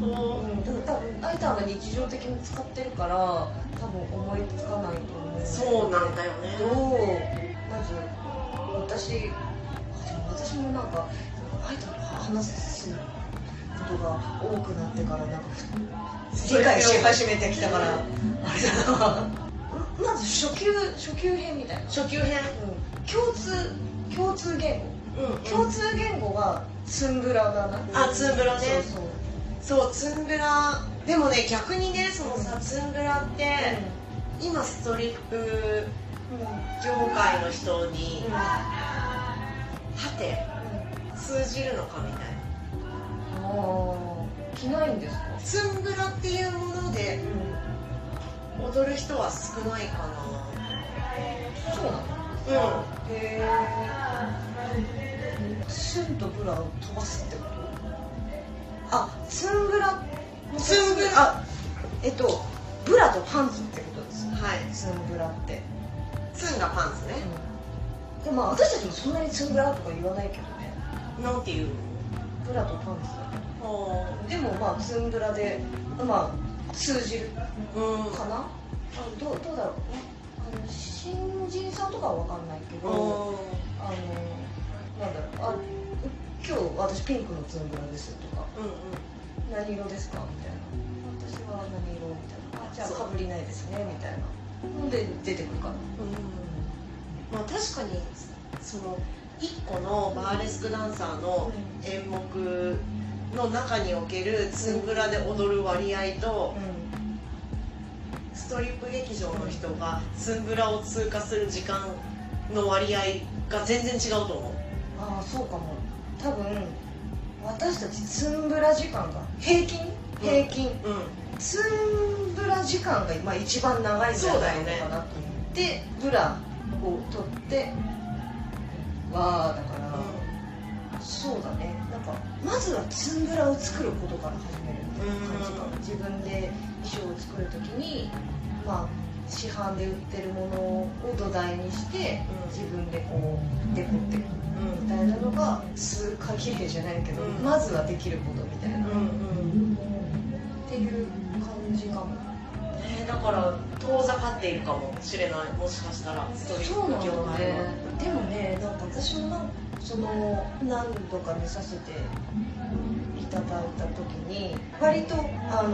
[SPEAKER 2] んでも多分アイタンが日常的に使ってるから多分思いつかないと思う
[SPEAKER 1] 当そうなんだよね
[SPEAKER 2] どまず私でも私もなんか相手と話すことが多くなってからなんか理解し始めてきたからあれだなまず初級初級編みたいな、うん、
[SPEAKER 1] 初級編
[SPEAKER 2] 共通共通言語
[SPEAKER 1] うん
[SPEAKER 2] 共通言語はツンブラだな
[SPEAKER 1] あツンブラね
[SPEAKER 2] そうそう、
[SPEAKER 1] そうツンブラでもね逆にねそのさツンブラって今ストリップ
[SPEAKER 2] うんうん
[SPEAKER 1] 業界の人に
[SPEAKER 2] うん
[SPEAKER 1] 「はて通じるのか」みたいな
[SPEAKER 2] あああ着ないんですか、
[SPEAKER 1] ツンブラっていうもので踊る人は少ないか
[SPEAKER 2] そうなの
[SPEAKER 1] なうん
[SPEAKER 2] へえスンとブラを飛ばすってことあツンブラ
[SPEAKER 1] ツンブラ
[SPEAKER 2] あえっとブラとパンツってことです
[SPEAKER 1] はい
[SPEAKER 2] ツンブラって、
[SPEAKER 1] ツンがパンツね
[SPEAKER 2] でもまあ私たちもそんなにツンブラとか言わないけどね
[SPEAKER 1] なんていう
[SPEAKER 2] ブラとパンツだけ
[SPEAKER 1] ほ
[SPEAKER 2] どでもまあツンブラでまあ通じるか
[SPEAKER 1] ううん
[SPEAKER 2] な、あどうどうだろうあの新人さんとかは分かんないけど、あのなんだろうあ今日私ピンクのツンブラですとか
[SPEAKER 1] うんうん
[SPEAKER 2] 何色ですかみたいな私は何色みたいなあじゃあかぶりないですねみたいなので出てくるかな
[SPEAKER 1] うんまあ確かにその一個のバーレスクダンサーの演目の中におけるツンブラで踊る割合と
[SPEAKER 2] う
[SPEAKER 1] ストリップ劇場の人がツンブラを通過する時間の割合が全然違うと思う。
[SPEAKER 2] んああそうかも多分私たちツンブラ時間が平均
[SPEAKER 1] うん
[SPEAKER 2] 平均、
[SPEAKER 1] う
[SPEAKER 2] ツンブラ時間が今一番長いんじゃないのかなと思って、ブラを取ってわあだから、そうだねなんかまずはツンブラを作ることから始めるみたいな感じか
[SPEAKER 1] う
[SPEAKER 2] な
[SPEAKER 1] ん
[SPEAKER 2] 自分で衣装を作る時にまあ市販で売ってるものを土台にして自分でこうデコっていく
[SPEAKER 1] んうん
[SPEAKER 2] みたいなのが数回きれいじゃないけど、
[SPEAKER 1] うん
[SPEAKER 2] まずはできることみたいな、
[SPEAKER 1] う
[SPEAKER 2] っ
[SPEAKER 1] んうん
[SPEAKER 2] ていう感じかも
[SPEAKER 1] えーだから遠ざかっているかもしれないもしかしたらストリッ
[SPEAKER 2] そうな
[SPEAKER 1] プ業
[SPEAKER 2] の
[SPEAKER 1] 界
[SPEAKER 2] ね
[SPEAKER 1] は。
[SPEAKER 2] でもねなんか私もなんその何度か見させていただいた時に割とあの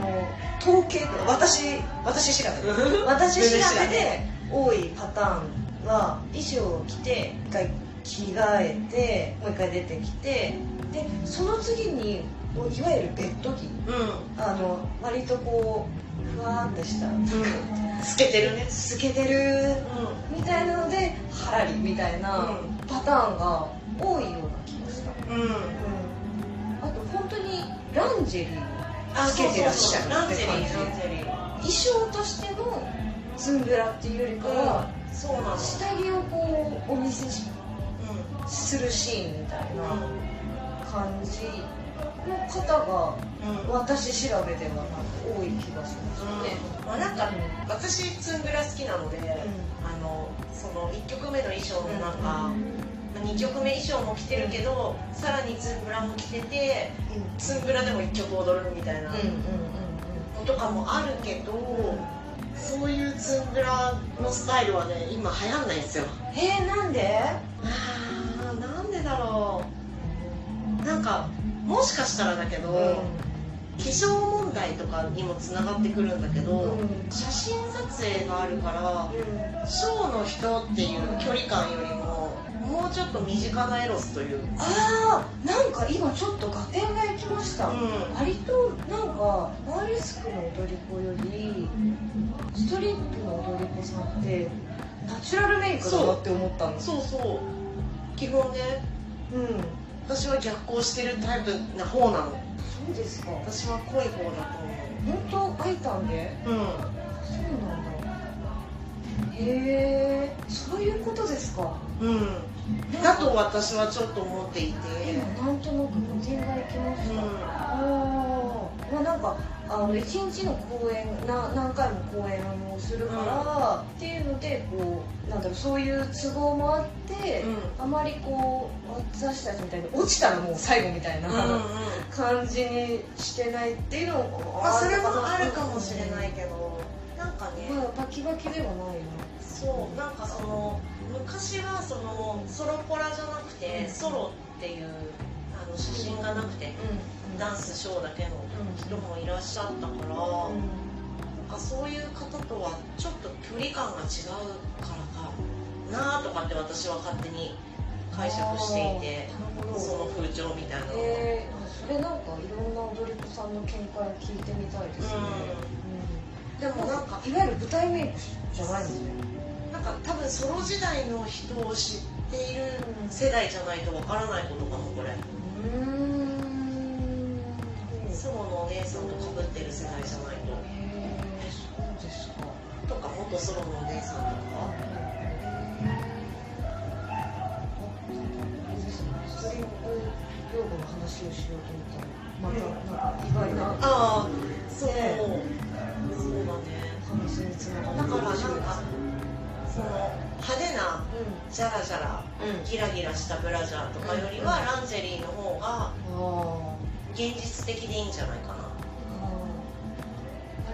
[SPEAKER 2] 統計私私調べ私調べで多いパターンは衣装を着て一回着替えてもう一回出てきてでその次にもういわゆるベッド
[SPEAKER 1] う
[SPEAKER 2] 着あの割とこうふわーっとした
[SPEAKER 1] ん透けてるね
[SPEAKER 2] 透けてるみたいなのでハラリみたいなパターンが多いような気がした、
[SPEAKER 1] うんうん
[SPEAKER 2] あと本当にランジェリー
[SPEAKER 1] あ
[SPEAKER 2] つけてらっしゃ
[SPEAKER 1] そうそう
[SPEAKER 2] る
[SPEAKER 1] そうランジェリ
[SPEAKER 2] って
[SPEAKER 1] ー
[SPEAKER 2] 感じ
[SPEAKER 1] ランジェリー
[SPEAKER 2] 衣装としてのツンブラっていうよりかは、
[SPEAKER 1] そうなの
[SPEAKER 2] 下着をこうお見せし
[SPEAKER 1] う
[SPEAKER 2] するシーンみたい
[SPEAKER 1] ん
[SPEAKER 2] な感じの方が
[SPEAKER 1] うんうん
[SPEAKER 2] 私調べではなんか多い気がしますね、
[SPEAKER 1] まあなんか私ツングラ好きなのであのその1曲目の衣装の中2曲目衣装も着てるけどさらにツングラも着てて
[SPEAKER 2] うん
[SPEAKER 1] ツングラでも1曲踊るみたいな
[SPEAKER 2] うんうんうん
[SPEAKER 1] のとかもあるけどそういうツングラのスタイルはね今流行んないんですよ
[SPEAKER 2] うんえー、なんで
[SPEAKER 1] あーなんでだろうなんかもしかしたらだけど、化粧問題とかにもつながってくるんだけど、
[SPEAKER 2] うんうん
[SPEAKER 1] 写真撮影があるからショーの人っていう距離感よりももうちょっと身近なエロスというか、
[SPEAKER 2] ああなんか今ちょっと合点がいきました、
[SPEAKER 1] うん
[SPEAKER 2] 割となんかバーレスクの踊り子よりストリップの踊り子さんってナチュラルメイクだなって思ったんです
[SPEAKER 1] そうそう基本ね
[SPEAKER 2] うんそ
[SPEAKER 1] 私は逆行してるタイプな方なの
[SPEAKER 2] うですか
[SPEAKER 1] 私は濃い方だと
[SPEAKER 2] 本当アイタンで
[SPEAKER 1] 思ううん
[SPEAKER 2] そうなんだへえそういうことですか
[SPEAKER 1] うんだと私はちょっと思っていて
[SPEAKER 2] 今なんとなく無点がいきました、おーまあなんかあの一日の公演な何回も公演をするから、っていうのでこうなんだろうそういう都合もあって、
[SPEAKER 1] うん
[SPEAKER 2] あまりこう私たちみたいに落ちたらもう最後みたいな、
[SPEAKER 1] うんうん
[SPEAKER 2] 感じにしてないっていうのも
[SPEAKER 1] まあ、それ
[SPEAKER 2] るかな
[SPEAKER 1] もあるかもしれないけどなんかね、
[SPEAKER 2] まあバキバキではないよ
[SPEAKER 1] そうなんかその昔はそのソロポラじゃなくてソロっていうあの写真がなくて
[SPEAKER 2] うん
[SPEAKER 1] ダンスショーだけの人もいらっしゃったから、
[SPEAKER 2] うん
[SPEAKER 1] なんかそういう方とはちょっと距離感が違うからかなとかって私は勝手に解釈していて
[SPEAKER 2] あーなるほど
[SPEAKER 1] その風潮みたいなのが、
[SPEAKER 2] えーあそれなんかいろんな踊り子さんの見解を聞いてみたいですね、うん
[SPEAKER 1] うん、でもなんか
[SPEAKER 2] いわゆる舞台メイクじゃないんですね
[SPEAKER 1] なんか多分ソロ時代の人を知っている世代じゃないとわからないことかもこれ。
[SPEAKER 2] うーん
[SPEAKER 1] 祖母のお姉さんとかぶってる世代じゃない
[SPEAKER 2] へえそうですか
[SPEAKER 1] ととか元祖母のお姉さんとか
[SPEAKER 2] ストリップ用語の話をしようと思ったらまたなんか意外な
[SPEAKER 1] ああそう、
[SPEAKER 2] ね
[SPEAKER 1] そうだね
[SPEAKER 2] 話につなが
[SPEAKER 1] だ
[SPEAKER 2] る
[SPEAKER 1] からなんかその派手なジャラジャラ
[SPEAKER 2] うんうん
[SPEAKER 1] ギラギラしたブラジャーとかよりはランジェリーの方が
[SPEAKER 2] ああ
[SPEAKER 1] 現実的でいいんじゃないかな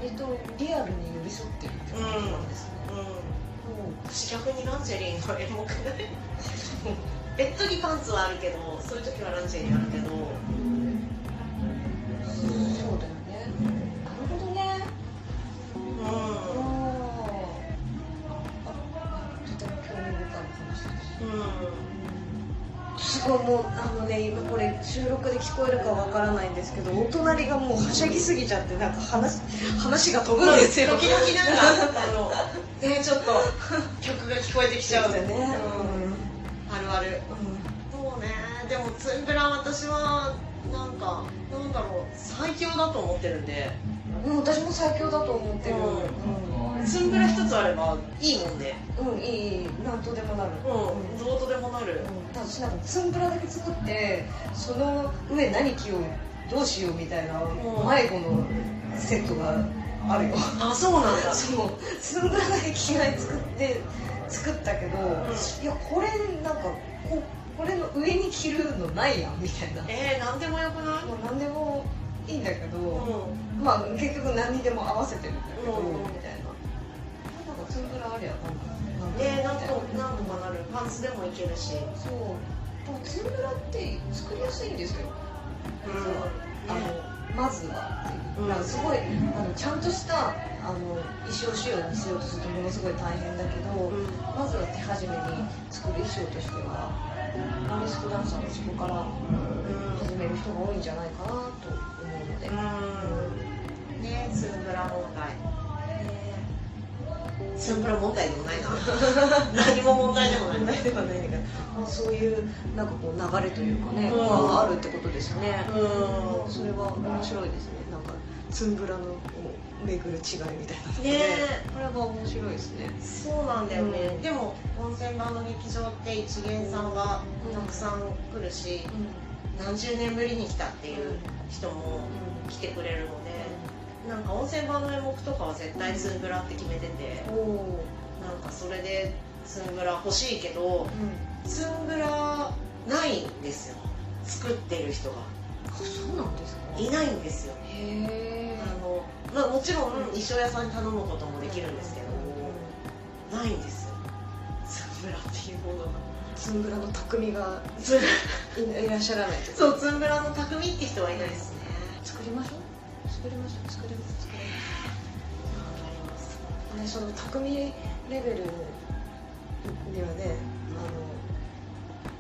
[SPEAKER 2] 割とリアルに寄り添ってるってことなんですね。
[SPEAKER 1] うん
[SPEAKER 2] もう
[SPEAKER 1] 私逆にランジェリーのエモくないベッドにパンツはあるけどそういう時はランジェリーあるけど
[SPEAKER 2] そうだよね。なるほどね。
[SPEAKER 1] う
[SPEAKER 2] ああ。とても興味深い話で
[SPEAKER 1] んうん
[SPEAKER 2] す。すごいもうあのね今これ収録で聞こえるかわからないんですけどお隣がもうはしゃぎすぎちゃってなんか話話が飛ぶんですよ。
[SPEAKER 1] 時々なんかあのねちょっと曲が聞こえてきちゃう
[SPEAKER 2] だね。
[SPEAKER 1] あるあるそうねでもツンブラ私はなんかなんだろう最強だと思ってるんで
[SPEAKER 2] うん。うん私も最強だと思ってる。
[SPEAKER 1] うツンブラ一つあればいいもんね
[SPEAKER 2] うん、うん、いいいいなんとでもなる。
[SPEAKER 1] うんどうとでもなる
[SPEAKER 2] ただ私なんかツンブラだけ作ってその上何着ようどうしようみたいな迷子のセットがあるよ
[SPEAKER 1] あそうなんだ
[SPEAKER 2] そうツンブラだけ着替え作って作ったけど、いやこれなんかここれの上に着るのないやんみたいな
[SPEAKER 1] えー、なんでもよくない
[SPEAKER 2] もう何でもいいんだけど、
[SPEAKER 1] う
[SPEAKER 2] まあ結局何にでも合わせてるんだけど、
[SPEAKER 1] うん
[SPEAKER 2] みたいななんかツンブラありゃなんかなん
[SPEAKER 1] ん
[SPEAKER 2] で
[SPEAKER 1] えー、
[SPEAKER 2] もみたい
[SPEAKER 1] なんとなんとかなるパンツでもいけるし
[SPEAKER 2] そう。でもツンブラって作りやすいんですよ。
[SPEAKER 1] うん
[SPEAKER 2] あ
[SPEAKER 1] ね
[SPEAKER 2] のまずはっていうう。
[SPEAKER 1] ん
[SPEAKER 2] なんかすごいあのちゃんとしたあの衣装仕様にしようとするとものすごい大変だけど、
[SPEAKER 1] うん
[SPEAKER 2] まずは手始めに作る衣装としては、マリスクダンサーのそこから始める人が多いんじゃないかなと思うので。
[SPEAKER 1] うんねツンブラ問題ツンブラ問題でもないな *laughs* 何も問題でもない
[SPEAKER 2] 問題ではないんだけど、まあ、そういうなんかこう流れというかね、
[SPEAKER 1] うん
[SPEAKER 2] があるってことですね。
[SPEAKER 1] うん
[SPEAKER 2] それは面白いですねなんかツンブラのこう巡る違いみたいなので
[SPEAKER 1] ね
[SPEAKER 2] これは面白いですね
[SPEAKER 1] そうなんだよね、
[SPEAKER 2] うん
[SPEAKER 1] でも温泉場の劇場って一元さんがたくさん来るし何十年ぶりに来たっていう人も来てくれるのでなんか温泉場の演目とかは絶対ツンブラって決めてて
[SPEAKER 2] おお
[SPEAKER 1] なんかそれでツンブラ欲しいけどツンブラないんですよ作ってる人が
[SPEAKER 2] そうなんですか
[SPEAKER 1] いないんですよ
[SPEAKER 2] へえ
[SPEAKER 1] あの、まあ、もちろん衣装屋さんに頼むこともできるんですけどないんですよツンブラっていうものが
[SPEAKER 2] ツンブラの匠が
[SPEAKER 1] ツン
[SPEAKER 2] いいらっしゃらないと
[SPEAKER 1] そうツンブラの匠って人はいないですね
[SPEAKER 2] 作りましょう作りましょう作りましょう作りましょうねその匠レベルにはねあの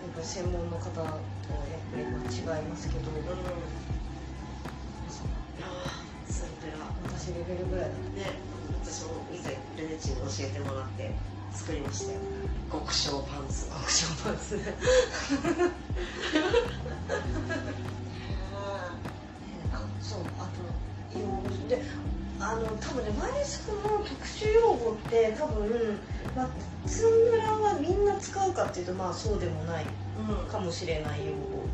[SPEAKER 2] やっぱり専門の方とはやっぱりまあ違いますけど、
[SPEAKER 1] うんあーツンブラ
[SPEAKER 2] 私レベルぐらいだ
[SPEAKER 1] ね私も以前ルネチンに教えてもらって作りましたよ極小パンツ
[SPEAKER 2] 極小パ
[SPEAKER 1] *laughs*
[SPEAKER 2] ンツあそうあと用語であの多分ねマリスクの特殊用語って多分、まあ、ツンブラはみんな使うかっていうとまあそうでもない
[SPEAKER 1] うん
[SPEAKER 2] かもしれない用語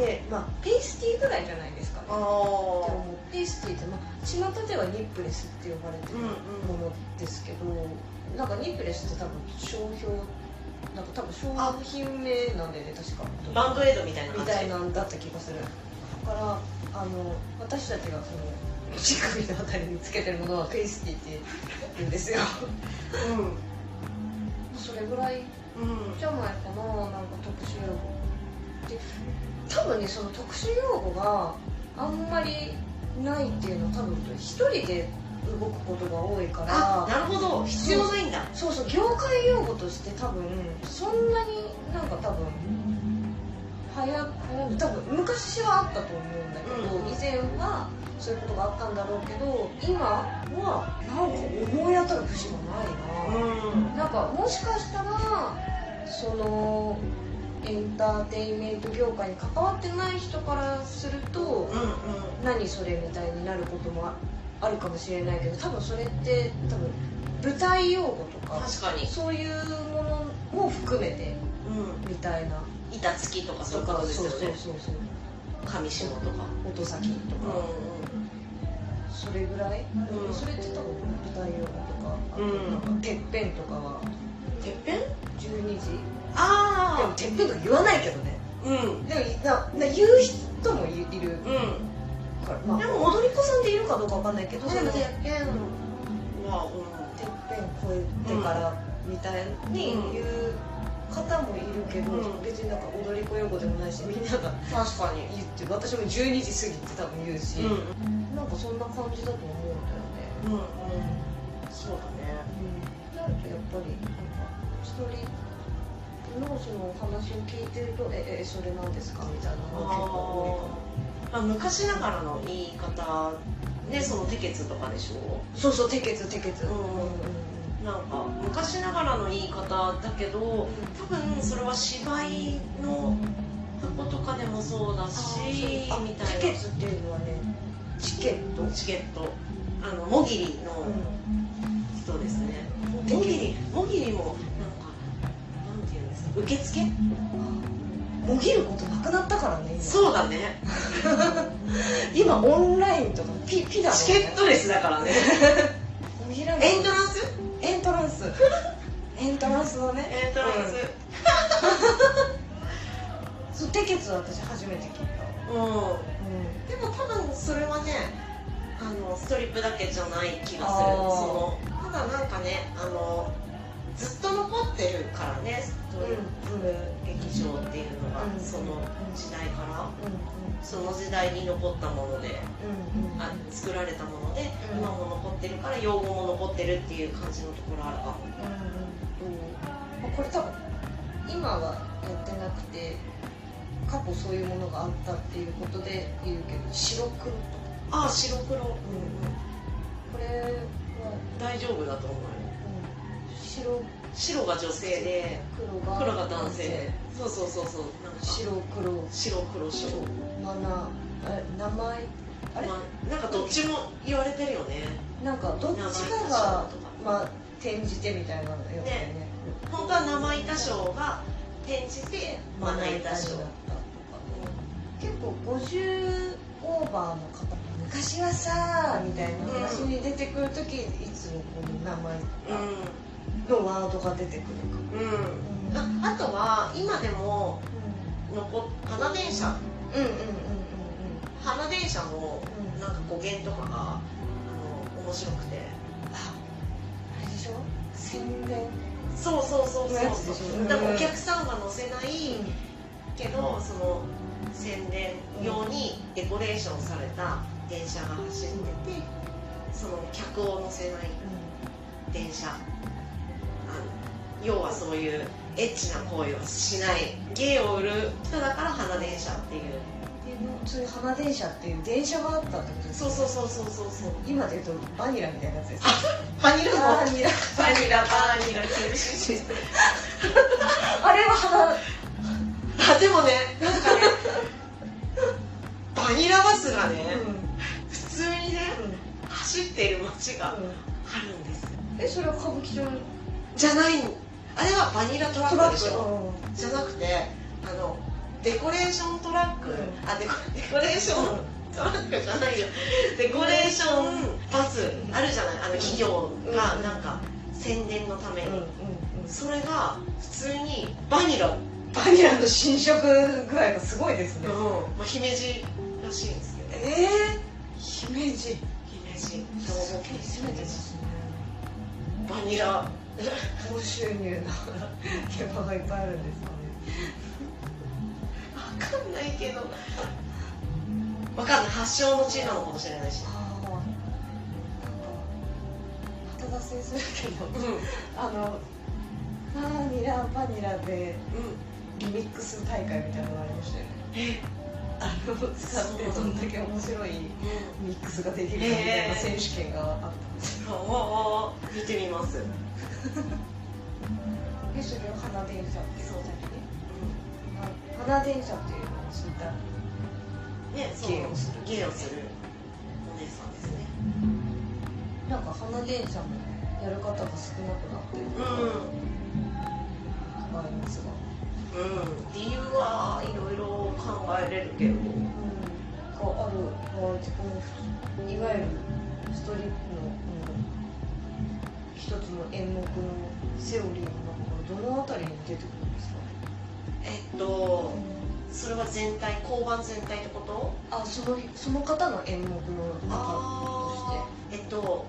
[SPEAKER 1] で
[SPEAKER 2] で、まあ、ペイスティぐらいじゃないですかね
[SPEAKER 1] あ
[SPEAKER 2] で
[SPEAKER 1] あ
[SPEAKER 2] もペイスティって、まあ、巷ではニップレスって呼ばれて
[SPEAKER 1] う
[SPEAKER 2] る
[SPEAKER 1] んうん
[SPEAKER 2] ものですけど、なんかニップレスって多分商標なんか多分商品名なんだよね確か
[SPEAKER 1] バンドエイドみたいな
[SPEAKER 2] み
[SPEAKER 1] 感じ
[SPEAKER 2] たいなんだった気がするだからあの私たちがその乳首のあたりにつけてるものはペイスティって言うんですよ *laughs* それぐらい
[SPEAKER 1] うんうん
[SPEAKER 2] じゃないかななんか特殊用語で多分ねその特殊用語があんまりないっていうのは多分一人で動くことが多いか
[SPEAKER 1] あ
[SPEAKER 2] ら
[SPEAKER 1] なるほど必要ないんだ
[SPEAKER 2] そうそう業界用語として多分そんなになんか多分はやはや多分昔はあったと思うんだけど、
[SPEAKER 1] うん
[SPEAKER 2] 以前はそういうことがあったんだろうけど今はなんか思い当たる節がないな。
[SPEAKER 1] ん
[SPEAKER 2] なんかもしかしたらそのエンターテインメント業界に関わってない人からすると
[SPEAKER 1] うんうん
[SPEAKER 2] 何それみたいになることもああるかもしれないけど多分それって多分舞台用語とか
[SPEAKER 1] 確かに
[SPEAKER 2] そういうものも含めて
[SPEAKER 1] う
[SPEAKER 2] みたいなん
[SPEAKER 1] 板付きとかそう
[SPEAKER 2] と
[SPEAKER 1] いうこと
[SPEAKER 2] か
[SPEAKER 1] です
[SPEAKER 2] そう
[SPEAKER 1] よ
[SPEAKER 2] そう
[SPEAKER 1] ね
[SPEAKER 2] そうそう
[SPEAKER 1] 紙下とか
[SPEAKER 2] 音先と
[SPEAKER 1] う
[SPEAKER 2] か、それぐらい、
[SPEAKER 1] うん
[SPEAKER 2] それって多分舞台用語とか,、
[SPEAKER 1] うん
[SPEAKER 2] なんかてっぺんとかは
[SPEAKER 1] てっぺん
[SPEAKER 2] 12時でも
[SPEAKER 1] あ
[SPEAKER 2] てっぺんとか言わないけどね
[SPEAKER 1] あうん
[SPEAKER 2] でもなな言う人もいいる
[SPEAKER 1] うん
[SPEAKER 2] から、まあ、
[SPEAKER 1] で
[SPEAKER 2] で
[SPEAKER 1] も
[SPEAKER 2] も踊り子さんでいるかどうかわかんないけどそのてっぺん
[SPEAKER 1] ぺんはう
[SPEAKER 2] 超えてからみたいに言う方もいるけど、
[SPEAKER 1] うん
[SPEAKER 2] 別になんか踊り子用語でもないしみんなが
[SPEAKER 1] ん確かに
[SPEAKER 2] 言って私も12時過ぎって多分言うし、
[SPEAKER 1] うん
[SPEAKER 2] なんかそんな感じだと思うんだよね
[SPEAKER 1] うんうんそうだね
[SPEAKER 2] なるとやっぱりなんか一人のそのお話を聞いてると「ええそれなんですか?」みたいなのが結構
[SPEAKER 1] まあ、昔ながらの言い方ねその「てけつ」とかでしょ
[SPEAKER 2] 多いそうそう「てけつてけつ」
[SPEAKER 1] うんなんか昔ながらの言い方だけど多分それは芝居のとことかでもそうだし
[SPEAKER 2] あ
[SPEAKER 1] みたいな
[SPEAKER 2] てけつっていうのはねチケット、う
[SPEAKER 1] チケットあのもぎりの
[SPEAKER 2] ん、
[SPEAKER 1] 人ですね
[SPEAKER 2] ん
[SPEAKER 1] もぎりもぎりもなんかなんていうんですか受付
[SPEAKER 2] もぎることなくなったからね
[SPEAKER 1] そうだね
[SPEAKER 2] 今今オンラインとかピピだもんね
[SPEAKER 1] チケットレスだからね
[SPEAKER 2] もぎらない
[SPEAKER 1] *laughs* エントランス
[SPEAKER 2] エントラン *laughs* スエントランスのね
[SPEAKER 1] エントラン
[SPEAKER 2] そうてけつは私初めて聞いた、
[SPEAKER 1] スうん
[SPEAKER 2] うん
[SPEAKER 1] でも多分それはねあのストリップだけじゃない気がす
[SPEAKER 2] あ
[SPEAKER 1] る
[SPEAKER 2] ー
[SPEAKER 1] そのただなんかねあのずっと残ってるからねストリップ劇場っていうのが、
[SPEAKER 2] うん
[SPEAKER 1] その時代から
[SPEAKER 2] うんうん
[SPEAKER 1] その時代に残ったもので
[SPEAKER 2] うんうん
[SPEAKER 1] あ作られたもので、
[SPEAKER 2] うん
[SPEAKER 1] 今も残ってるから用語も残ってるっていう感じのところあるかも
[SPEAKER 2] うんこれ多分今はやってなくて過去そういうものがあったっていうことで言うけど白黒とか
[SPEAKER 1] ああ白黒、うんうん、
[SPEAKER 2] これは、
[SPEAKER 1] 大丈夫だと思うよ
[SPEAKER 2] うん白
[SPEAKER 1] 白が女性で
[SPEAKER 2] 黒が
[SPEAKER 1] 黒が男性でそうそうそうそうなんか
[SPEAKER 2] 白黒
[SPEAKER 1] 白黒白
[SPEAKER 2] マナーあれ名前あれ
[SPEAKER 1] まあ、なんかどっちも言われてるよね
[SPEAKER 2] なんかどっち
[SPEAKER 1] 名前
[SPEAKER 2] か
[SPEAKER 1] 多
[SPEAKER 2] が
[SPEAKER 1] 少とか
[SPEAKER 2] まあ転じてみたいなのよね
[SPEAKER 1] ね本当は生板賞が転じてまな板賞
[SPEAKER 2] だったとか結構50オーバーの方昔はさみたいな話に出てくる時、いつもこの名前
[SPEAKER 1] う
[SPEAKER 2] のワードが出てくるか
[SPEAKER 1] んうん、
[SPEAKER 2] ら、
[SPEAKER 1] ああとは今でも残っ花電車
[SPEAKER 2] うん、うんうんうん
[SPEAKER 1] 花電車も
[SPEAKER 2] うんうんうん
[SPEAKER 1] なんか語源とかがあの面白くて
[SPEAKER 2] ああれでしょ宣伝
[SPEAKER 1] そうそうそう
[SPEAKER 2] のやつ
[SPEAKER 1] そ
[SPEAKER 2] で
[SPEAKER 1] う
[SPEAKER 2] し
[SPEAKER 1] そう
[SPEAKER 2] ょ
[SPEAKER 1] だからお客
[SPEAKER 2] さ
[SPEAKER 1] さんは乗せないけどその宣伝用にデコレーションされた電車が走っててその客を乗せない電車あの要はそういうエッチな行為をしない芸を売る人だから花電車っていう
[SPEAKER 2] そういう花電車っていう電車があったってことです
[SPEAKER 1] そうそうそうそうそうそう
[SPEAKER 2] 今で言うとバニラみたいなやつです
[SPEAKER 1] バニラの
[SPEAKER 2] ニラ
[SPEAKER 1] バニラバニラ厳しい
[SPEAKER 2] あれは花
[SPEAKER 1] あでもねなんかねバニラバスがね普通にね走っている街があるんです
[SPEAKER 2] えそれは歌舞伎町の
[SPEAKER 1] じゃないあれはバニラトラ
[SPEAKER 2] ト
[SPEAKER 1] ッ
[SPEAKER 2] ラ
[SPEAKER 1] クでし
[SPEAKER 2] ック
[SPEAKER 1] ょじゃなくてあのデコレーショントラック、
[SPEAKER 2] うん
[SPEAKER 1] あデコデコレーショントラックじゃないよデコレーションバスあるじゃないあの企業がなんか宣伝のために、
[SPEAKER 2] うんうんうん
[SPEAKER 1] それが普通にバニラ、うん
[SPEAKER 2] バニラの新色具合がすごいですね。
[SPEAKER 1] まあ、姫路らしいんですけど
[SPEAKER 2] えー、
[SPEAKER 1] 姫
[SPEAKER 2] 姫路。
[SPEAKER 1] 路兵庫県
[SPEAKER 2] 初めてですね。
[SPEAKER 1] バニラ
[SPEAKER 2] 高収入な現場がいっぱいあるんですかね。
[SPEAKER 1] わかんないけどわかんない発祥の地なのかもしれないし
[SPEAKER 2] ああ、なんか後出せするけど、
[SPEAKER 1] うんうん
[SPEAKER 2] あのバニラバニラでリミックス大会みたいなのがありましたよね。あの使ってどんだけ面白いミックスができるかみたいな選手権があったんですよ。
[SPEAKER 1] うんおーおー見てみます
[SPEAKER 2] でそれを花電車って
[SPEAKER 1] そうだね
[SPEAKER 2] あ船電車というのを知った
[SPEAKER 1] ねそう
[SPEAKER 2] 芸をする
[SPEAKER 1] 芸をするお姉さんですね
[SPEAKER 2] なんか花電車もやる方が少なくなってる
[SPEAKER 1] うん
[SPEAKER 2] のがありますが、
[SPEAKER 1] うん理由はいろいろ考えれるけど
[SPEAKER 2] うん、がある場合ってこのいわゆるストリップの、うん、一つの演目のセオリーの中からどのあたりに出てくるんですか、
[SPEAKER 1] えっとそれは全体交番全体ってこと
[SPEAKER 2] あそのその方の演目の中
[SPEAKER 1] あーえっと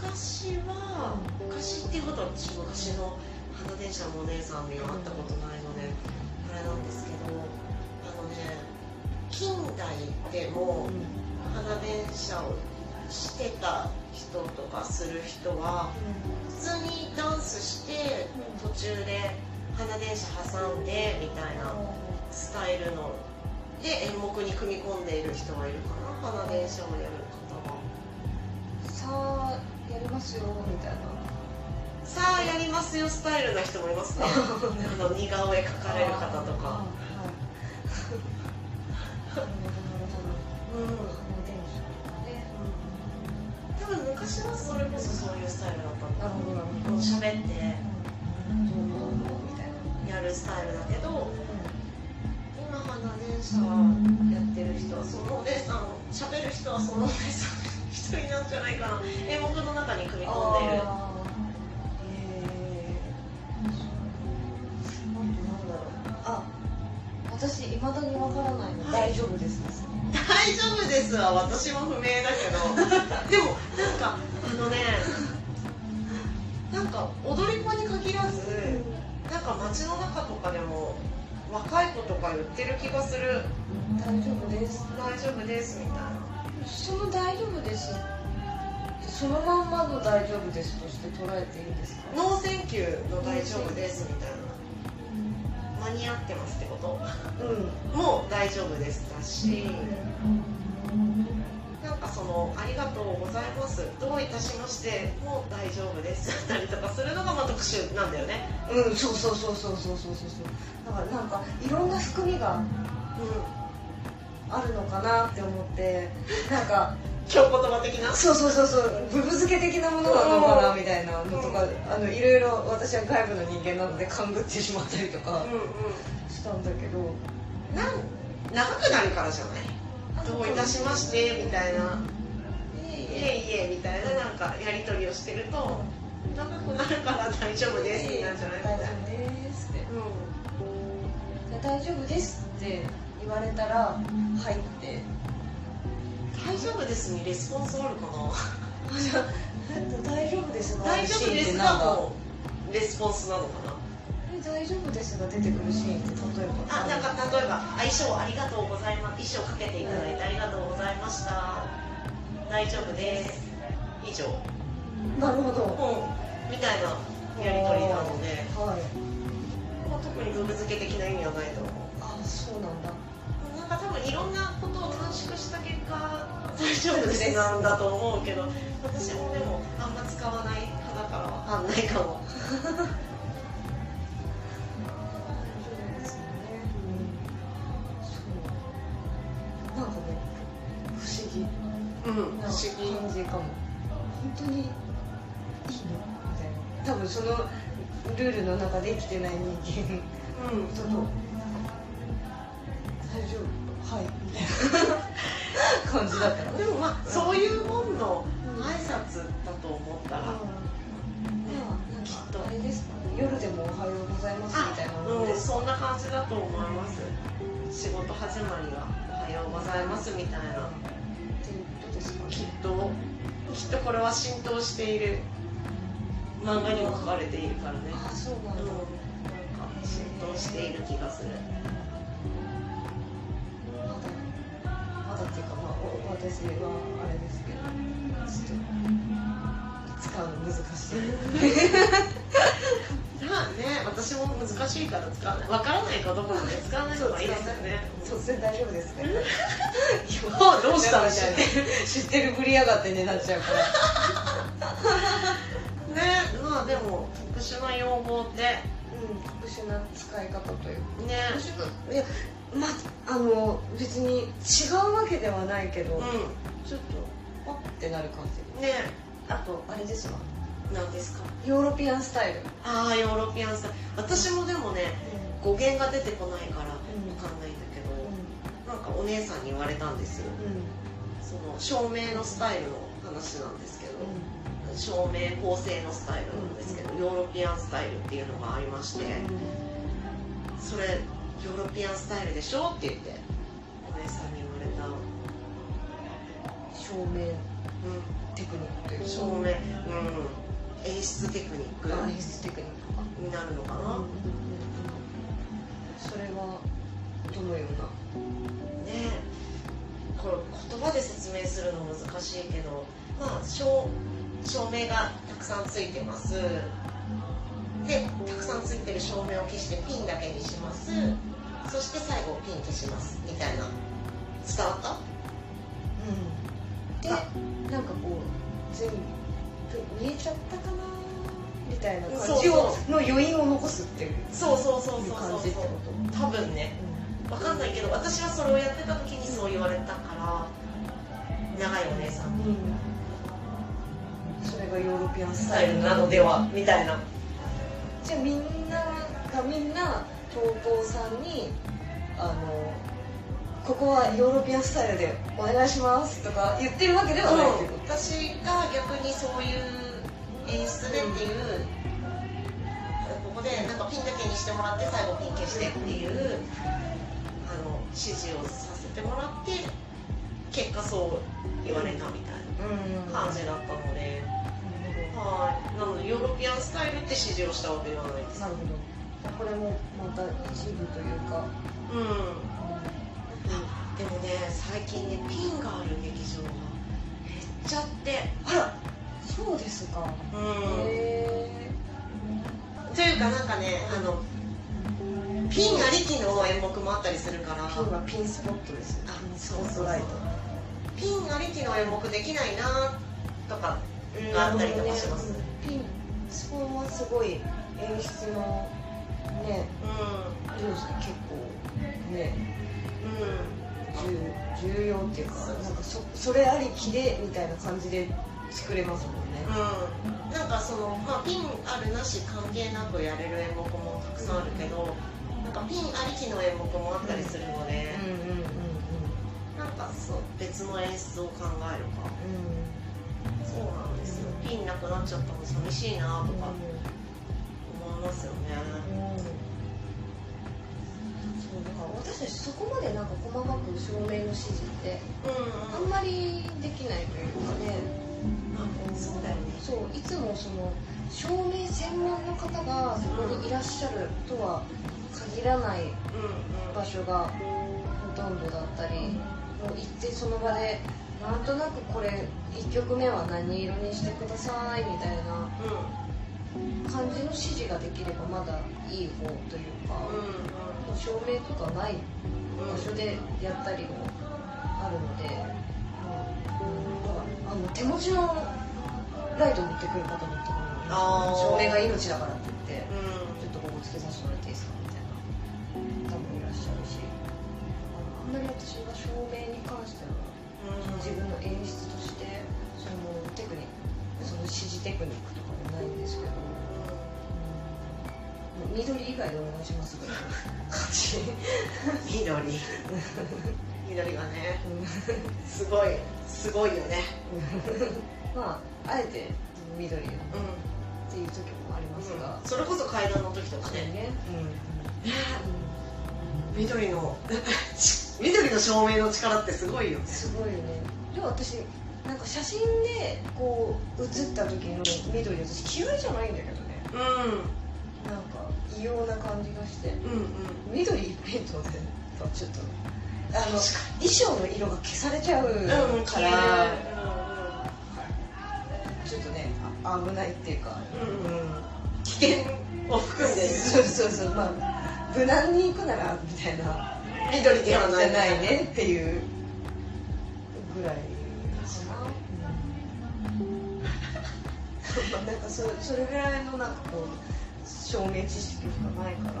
[SPEAKER 1] 昔は昔っていうことは私昔の花電車のお姉さんには会ったことないのであれなんですけどあのね近代でも
[SPEAKER 2] うん
[SPEAKER 1] 花電車をしてた人とかする人は普通にダンスして途中で花電車挟んでみたいなスタイルので演目に組み込んでいる人はいるかな花電車をやる方は
[SPEAKER 2] さあやりますよみたいな
[SPEAKER 1] さあやりますよスタイルな人もい *laughs* ますねあの似顔絵描かれる方と
[SPEAKER 2] *laughs* あ
[SPEAKER 1] か
[SPEAKER 2] はいなるほどなるほど
[SPEAKER 1] うん
[SPEAKER 2] 花電車ね
[SPEAKER 1] 多分昔はそれこそそういうスタイルだったんだ
[SPEAKER 2] なるほどなるほど
[SPEAKER 1] 喋って
[SPEAKER 2] うんどうもどうもみたいな
[SPEAKER 1] やるスタイルだけど今花電車やってる人はそのお姉さん喋る人はそのお姉さん一人なんじゃないかな演目の中に組み込んでいる
[SPEAKER 2] あーへーあとなんだろうあ私いまだにわからないの、
[SPEAKER 1] はい
[SPEAKER 2] 大丈夫ですです
[SPEAKER 1] 大丈夫ですわ私も不明だけどでもなんかあのねなんか踊り子に限らずなんか街の中とかでも若い子とか言ってる気がする
[SPEAKER 2] 大丈夫です
[SPEAKER 1] 大丈夫ですみたいな
[SPEAKER 2] その大丈夫ですそのまんまの大丈夫ですとして捉えていいですか
[SPEAKER 1] ノーセンキューの大丈夫ですみたいな間に合ってますってこと
[SPEAKER 2] うん
[SPEAKER 1] もう大丈夫ですだしなんかそのありがとうございますどういたしましてもう大丈夫ですだったりとかするのがまあ特殊なんだよね
[SPEAKER 2] うん、そうそうそうそうそうそうそうだからなんかいろんな含み
[SPEAKER 1] う
[SPEAKER 2] が
[SPEAKER 1] ん
[SPEAKER 2] あるのかなって思ってなんか
[SPEAKER 1] 今日言葉的な
[SPEAKER 2] そうそうそうそうブブ漬け的なものなのかなみたいなのとかあのいろいろ私は外部の人間なので勘ぐってしまったりとか
[SPEAKER 1] うんうん
[SPEAKER 2] したんだけど
[SPEAKER 1] なん長くなるからじゃないどういたしましてみたいない
[SPEAKER 2] え
[SPEAKER 1] い
[SPEAKER 2] いえ
[SPEAKER 1] えいえみたいななんかやり取りをしてると長くなるから大丈夫ですってなんじゃないみた
[SPEAKER 2] 大
[SPEAKER 1] い
[SPEAKER 2] 丈
[SPEAKER 1] な
[SPEAKER 2] 夫ですって
[SPEAKER 1] うん
[SPEAKER 2] で大丈夫ですって言われたら入って
[SPEAKER 1] 大丈夫ですにレスポンスあるかな
[SPEAKER 2] あじゃあえっと大丈夫ですが
[SPEAKER 1] 大丈夫で
[SPEAKER 2] シーンって
[SPEAKER 1] す
[SPEAKER 2] なん
[SPEAKER 1] が
[SPEAKER 2] か
[SPEAKER 1] もうレスポンスなのかな
[SPEAKER 2] え大丈夫ですが出てくるシーンって例えば
[SPEAKER 1] あなんか例えば「衣装ありがとうございます」衣装かけていただいてありがとうございました大丈夫です以上
[SPEAKER 2] なるほど
[SPEAKER 1] うんみたいなやり取りなので
[SPEAKER 2] はい
[SPEAKER 1] まあ、特にブブ漬け的な意味はないと思う
[SPEAKER 2] あそうなんだ
[SPEAKER 1] なんか多分いろんなことを短縮した結果大丈夫ですなんだと思うけど私もでもあんま使わない派だからわかんないかも
[SPEAKER 2] 大丈夫ですよねそうなんかね不思議
[SPEAKER 1] うん不
[SPEAKER 2] な感じかも本当にいいのみたいな多分そのルールの中で生きてない人間
[SPEAKER 1] うん
[SPEAKER 2] ちょっと大丈夫はいみたいな感じだった
[SPEAKER 1] でもまあそういうもんの挨拶だと思ったら、
[SPEAKER 2] きっとあれですかね夜でもおはようございますみたいなもの
[SPEAKER 1] う
[SPEAKER 2] で
[SPEAKER 1] ん、
[SPEAKER 2] す
[SPEAKER 1] そんな感じだと思います仕事始まりは「おはようございます」みたいな
[SPEAKER 2] っていうことですか
[SPEAKER 1] きっときっとこれは浸透している漫画にも書かれているからね
[SPEAKER 2] あそう
[SPEAKER 1] う
[SPEAKER 2] な
[SPEAKER 1] ん
[SPEAKER 2] んだ
[SPEAKER 1] なんか浸透している気がする
[SPEAKER 2] まだまだっていうかまあお私はあれですけどちょっと使うの難しい
[SPEAKER 1] まあね私も難しいから使わないわからないかどこまで使わない方がいいですよね
[SPEAKER 2] 突然大丈夫ですか
[SPEAKER 1] あどうしたみたいな
[SPEAKER 2] 知ってるぶりやがってねなっちゃうか
[SPEAKER 1] ね
[SPEAKER 2] ら
[SPEAKER 1] まあでも特殊な用語って
[SPEAKER 2] うんうん、特殊な使い方というか
[SPEAKER 1] ね
[SPEAKER 2] 特殊ないやまあの別に違うわけではないけど、
[SPEAKER 1] う
[SPEAKER 2] ちょっとパッてなる感じ
[SPEAKER 1] んね
[SPEAKER 2] あとあれですわ
[SPEAKER 1] なんですか
[SPEAKER 2] ヨーロピアンスタイル、
[SPEAKER 1] ああヨーロピアンさん私もでもね語源が出てこないからわ
[SPEAKER 2] ん
[SPEAKER 1] かんないんだけ
[SPEAKER 2] うん
[SPEAKER 1] どなんかお姉さんに言われたんですよ
[SPEAKER 2] うん
[SPEAKER 1] その照明のスタイルの話なんですけど照明構成のスタイルなんですけどヨーロピアンスタイルっていうのがありましてそれヨーロピアンスタイルでしょって言ってお姉さんに言われた
[SPEAKER 2] 照明
[SPEAKER 1] う
[SPEAKER 2] テクニックというんか
[SPEAKER 1] 照明うん演出テクニック
[SPEAKER 2] 演出テクニックとか、
[SPEAKER 1] になるのかな
[SPEAKER 2] それはどのような
[SPEAKER 1] ねこれ言葉で説明するの難しいけどまあ照照明がたくさんついてますでたくさんついてる照明を消してピンだけにしますそして最後ピン消しますみたいな伝わった
[SPEAKER 2] うんで
[SPEAKER 1] あ
[SPEAKER 2] なんかこう全部見えちゃったかなみたいな
[SPEAKER 1] そ
[SPEAKER 2] 感
[SPEAKER 1] う
[SPEAKER 2] じを
[SPEAKER 1] そ
[SPEAKER 2] の余韻を残すっていう
[SPEAKER 1] そうそうそう
[SPEAKER 2] いう
[SPEAKER 1] そう
[SPEAKER 2] 感
[SPEAKER 1] そ
[SPEAKER 2] じ
[SPEAKER 1] う
[SPEAKER 2] ってこと
[SPEAKER 1] 多分ねわかんないけど私はそれをやってた時にそう言われたから長いお姉さん
[SPEAKER 2] うん、それがヨーロピアン
[SPEAKER 1] ス
[SPEAKER 2] ス
[SPEAKER 1] タ
[SPEAKER 2] タ
[SPEAKER 1] イ
[SPEAKER 2] イ
[SPEAKER 1] ル
[SPEAKER 2] ル
[SPEAKER 1] な
[SPEAKER 2] な
[SPEAKER 1] の
[SPEAKER 2] の
[SPEAKER 1] で
[SPEAKER 2] で
[SPEAKER 1] は
[SPEAKER 2] は
[SPEAKER 1] みたいな
[SPEAKER 2] じゃあみんながみんな東宝さんにあのここはヨーロピアンスタイルでお願いしますとか言ってるわけではないっていうこ
[SPEAKER 1] 私が逆にそういう演出でっていう、ここでなんかピンだけにしてもらって最後ピン消してっていう、あの指示をさせてもらって結果そう言われたみたい
[SPEAKER 2] と、うん
[SPEAKER 1] な感じだったので、はいなのでヨーロピアンスタイルって指示をしたわけではないです
[SPEAKER 2] なるほどこれもまた一部というか、
[SPEAKER 1] うんでもね最近ねピンがある劇場が減っちゃって
[SPEAKER 2] あらそうですか、
[SPEAKER 1] うん
[SPEAKER 2] へえ
[SPEAKER 1] というかなんかねあのピンありきの演目もあったりするから
[SPEAKER 2] ピンはピンスポットです
[SPEAKER 1] あ
[SPEAKER 2] ピンス
[SPEAKER 1] そう
[SPEAKER 2] ポ
[SPEAKER 1] そうそ
[SPEAKER 2] ット
[SPEAKER 1] う
[SPEAKER 2] ライト
[SPEAKER 1] ピンありきの演目できないなとかがあったりとかします
[SPEAKER 2] なるほどねピンスポはすごい演出のね
[SPEAKER 1] う
[SPEAKER 2] どうですか結構ね
[SPEAKER 1] んうん
[SPEAKER 2] 重重要っていうかなんかそそれありきでみたいな感じで作れますもんね
[SPEAKER 1] うんなんかその、まあ、ピンあるなし関係なくやれる演目もたくさんあるけどなんかピンありきの演目もあったりするので
[SPEAKER 2] うんうんうんうん
[SPEAKER 1] なんかそう別の演出を考えるかそうなんですよピンなくなっちゃったの寂しいなとか思いますよね
[SPEAKER 2] うんそうだから私たちそこまでなんか細かく照明の指示ってあ
[SPEAKER 1] うん
[SPEAKER 2] まりできないというかね
[SPEAKER 1] んうんそうだよね
[SPEAKER 2] そういつもその照明専門の方がそこにいらっしゃるとは限らない
[SPEAKER 1] うんうん
[SPEAKER 2] 場所がほとんどだったりもう行ってその場でなんとなくこれ1曲目は何色にしてくださいみたいな
[SPEAKER 1] うんうん
[SPEAKER 2] 感じの指示ができればまだいい方というか、照明とかない場所でやったりもあるので、まあ、あの手持ちのライト持ってくる方もいると思う
[SPEAKER 1] あー
[SPEAKER 2] ので照明が命だからって言って
[SPEAKER 1] う
[SPEAKER 2] ちょっとここつけさせてもらっていいですかみたいな方もいらっしゃるしあんまり私は照明に関しては自分の演出としてそのテクニックその指示テクニックとかもないんですけど、うん、緑以外でお願いしますぐらいの感じ
[SPEAKER 1] ん緑緑がねすごいすごいよね
[SPEAKER 2] まああえて緑っ
[SPEAKER 1] う
[SPEAKER 2] て
[SPEAKER 1] ん、
[SPEAKER 2] いう時もありますが、
[SPEAKER 1] それこそ階段の時とかね
[SPEAKER 2] ね、
[SPEAKER 1] 緑の緑の照明の力ってすごいよね
[SPEAKER 2] すごいよねでも私なんか写真でこう写った時の緑私嫌いじゃないんだけどね
[SPEAKER 1] うん
[SPEAKER 2] なんか異様な感じがして
[SPEAKER 1] うんうん
[SPEAKER 2] 緑一辺倒でちょっとあの衣装の色が消されちゃう
[SPEAKER 1] うん
[SPEAKER 2] か
[SPEAKER 1] 消え
[SPEAKER 2] ら、
[SPEAKER 1] る
[SPEAKER 2] ちょっとねあ危ないっていうか、
[SPEAKER 1] うんうんうん
[SPEAKER 2] うん
[SPEAKER 1] 危険を含んで
[SPEAKER 2] そうそうそうまあ無難に行くならみたいな
[SPEAKER 1] 緑ではない
[SPEAKER 2] じゃないねっていうぐらいかな、 *laughs* まあなんかそそれぐらいのなんかこう照明知識しかないからだか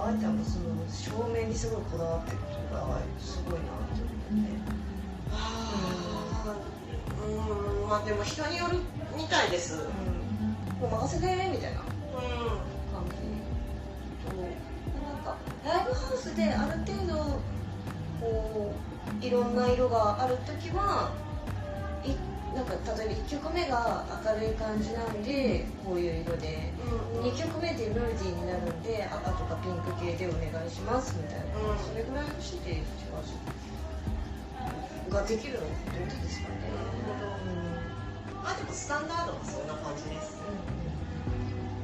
[SPEAKER 2] らあえてやっぱその照明にすごいこだわってることがすごいなって思って。
[SPEAKER 1] あーうんまあでも人によるみたいですうん
[SPEAKER 2] うん、もう任せてみたいな感じとなんかライブハウスである程度こういろんな色がある時はいなんか例えば1曲目が明るい感じなんでこういう色で
[SPEAKER 1] うん
[SPEAKER 2] 2曲目でメロディーになるんで赤とかピンク系でお願いしますみたいな、
[SPEAKER 1] うん
[SPEAKER 2] それぐらいの指示ができるのってことですかね。
[SPEAKER 1] まあでもスタンダードはそんな感じです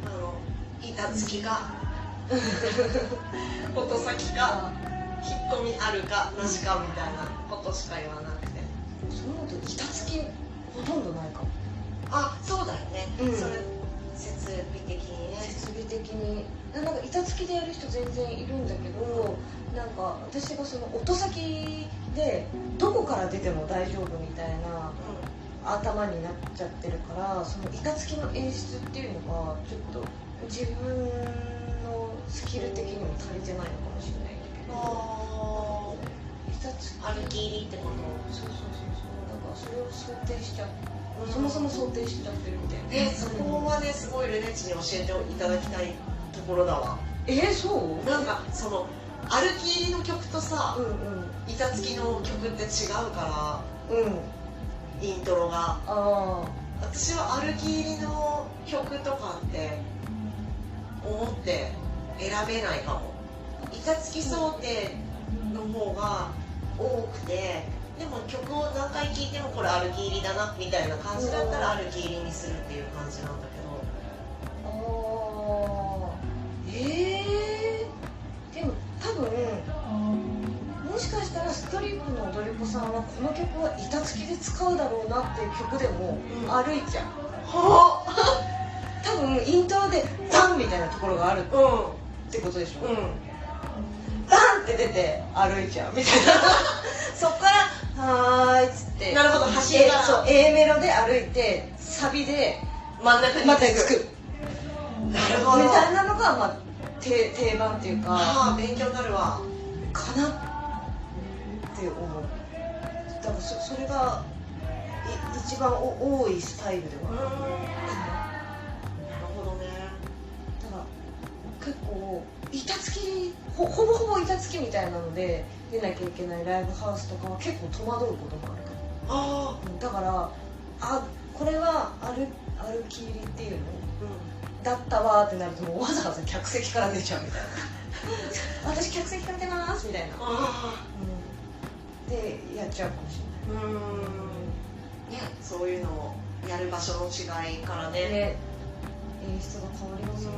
[SPEAKER 1] あの板付きか *laughs* 音先か引っ込みあるかなしかみたいなことしか言わなくて
[SPEAKER 2] そのこと板付きほとんどないかも
[SPEAKER 1] あそうだよね、
[SPEAKER 2] うん
[SPEAKER 1] それ設備的にね
[SPEAKER 2] 設備的になんか板付きでやる人全然いるんだけどなんか私がその音先でどこから出ても大丈夫みたいな頭になっちゃってるからその板付きの演出っていうのがちょっと自分のスキル的にも足りてないのかもしれないんだけ
[SPEAKER 1] うん
[SPEAKER 2] ど
[SPEAKER 1] あ
[SPEAKER 2] 板付き
[SPEAKER 1] あ歩き入りってこ
[SPEAKER 2] そうそうそうそうだからそれを想定しちゃう
[SPEAKER 1] と
[SPEAKER 2] そもそも想定しちゃってるみたいな
[SPEAKER 1] えそこはねすごいルネッチに教えていただきたいところだわ
[SPEAKER 2] えー、そう
[SPEAKER 1] なんかその歩き入りの曲とさ
[SPEAKER 2] うんうん
[SPEAKER 1] 板付きの曲って違うか
[SPEAKER 2] うん
[SPEAKER 1] らイントロが
[SPEAKER 2] あ
[SPEAKER 1] 私は歩き入りの曲とかって思って選べないかも板付き想定の方が多くてでも曲を何回聴いてもこれ歩き入りだなみたいな感じだったら歩き入りにするっていう感じなんだけど
[SPEAKER 2] ああええー、でも多分もしかしたらストリップの踊り子さんはこの曲は板付きで使うだろうなっていう曲でも
[SPEAKER 1] うん
[SPEAKER 2] 歩いちゃう
[SPEAKER 1] は
[SPEAKER 2] 多分イントロでダンみたいなところがあるっ
[SPEAKER 1] あう
[SPEAKER 2] てことでしょ、
[SPEAKER 1] んうん
[SPEAKER 2] ダンって出て歩いちゃうみ
[SPEAKER 1] *laughs*
[SPEAKER 2] たいなそっから「はーい」っつって
[SPEAKER 1] なるほど走りが
[SPEAKER 2] えそう A メロで歩いてサビで
[SPEAKER 1] 真ん中に
[SPEAKER 2] またつく
[SPEAKER 1] なるほど
[SPEAKER 2] みたいなのが、まあ、定定番っていうか
[SPEAKER 1] ああ勉強になるわ
[SPEAKER 2] かなって思う多分そそれがい一番お多いスタイルで
[SPEAKER 1] うん
[SPEAKER 2] は
[SPEAKER 1] なる
[SPEAKER 2] あ
[SPEAKER 1] ほどね
[SPEAKER 2] るだから結構板付きほほぼほぼ板付きみたいなので出なきゃいけないライブハウスとかは結構戸惑うこともある
[SPEAKER 1] ああ
[SPEAKER 2] からだからあこれは歩歩き入りっていうの
[SPEAKER 1] う
[SPEAKER 2] だったわーってなるともうわざわざ客席から出ちゃうみたいな私客席から出ますみたいな、
[SPEAKER 1] んああ
[SPEAKER 2] でやっちゃうかもしれない
[SPEAKER 1] うんね、そういうのをやる場所の違いからね
[SPEAKER 2] ね、演出が変わりますよね。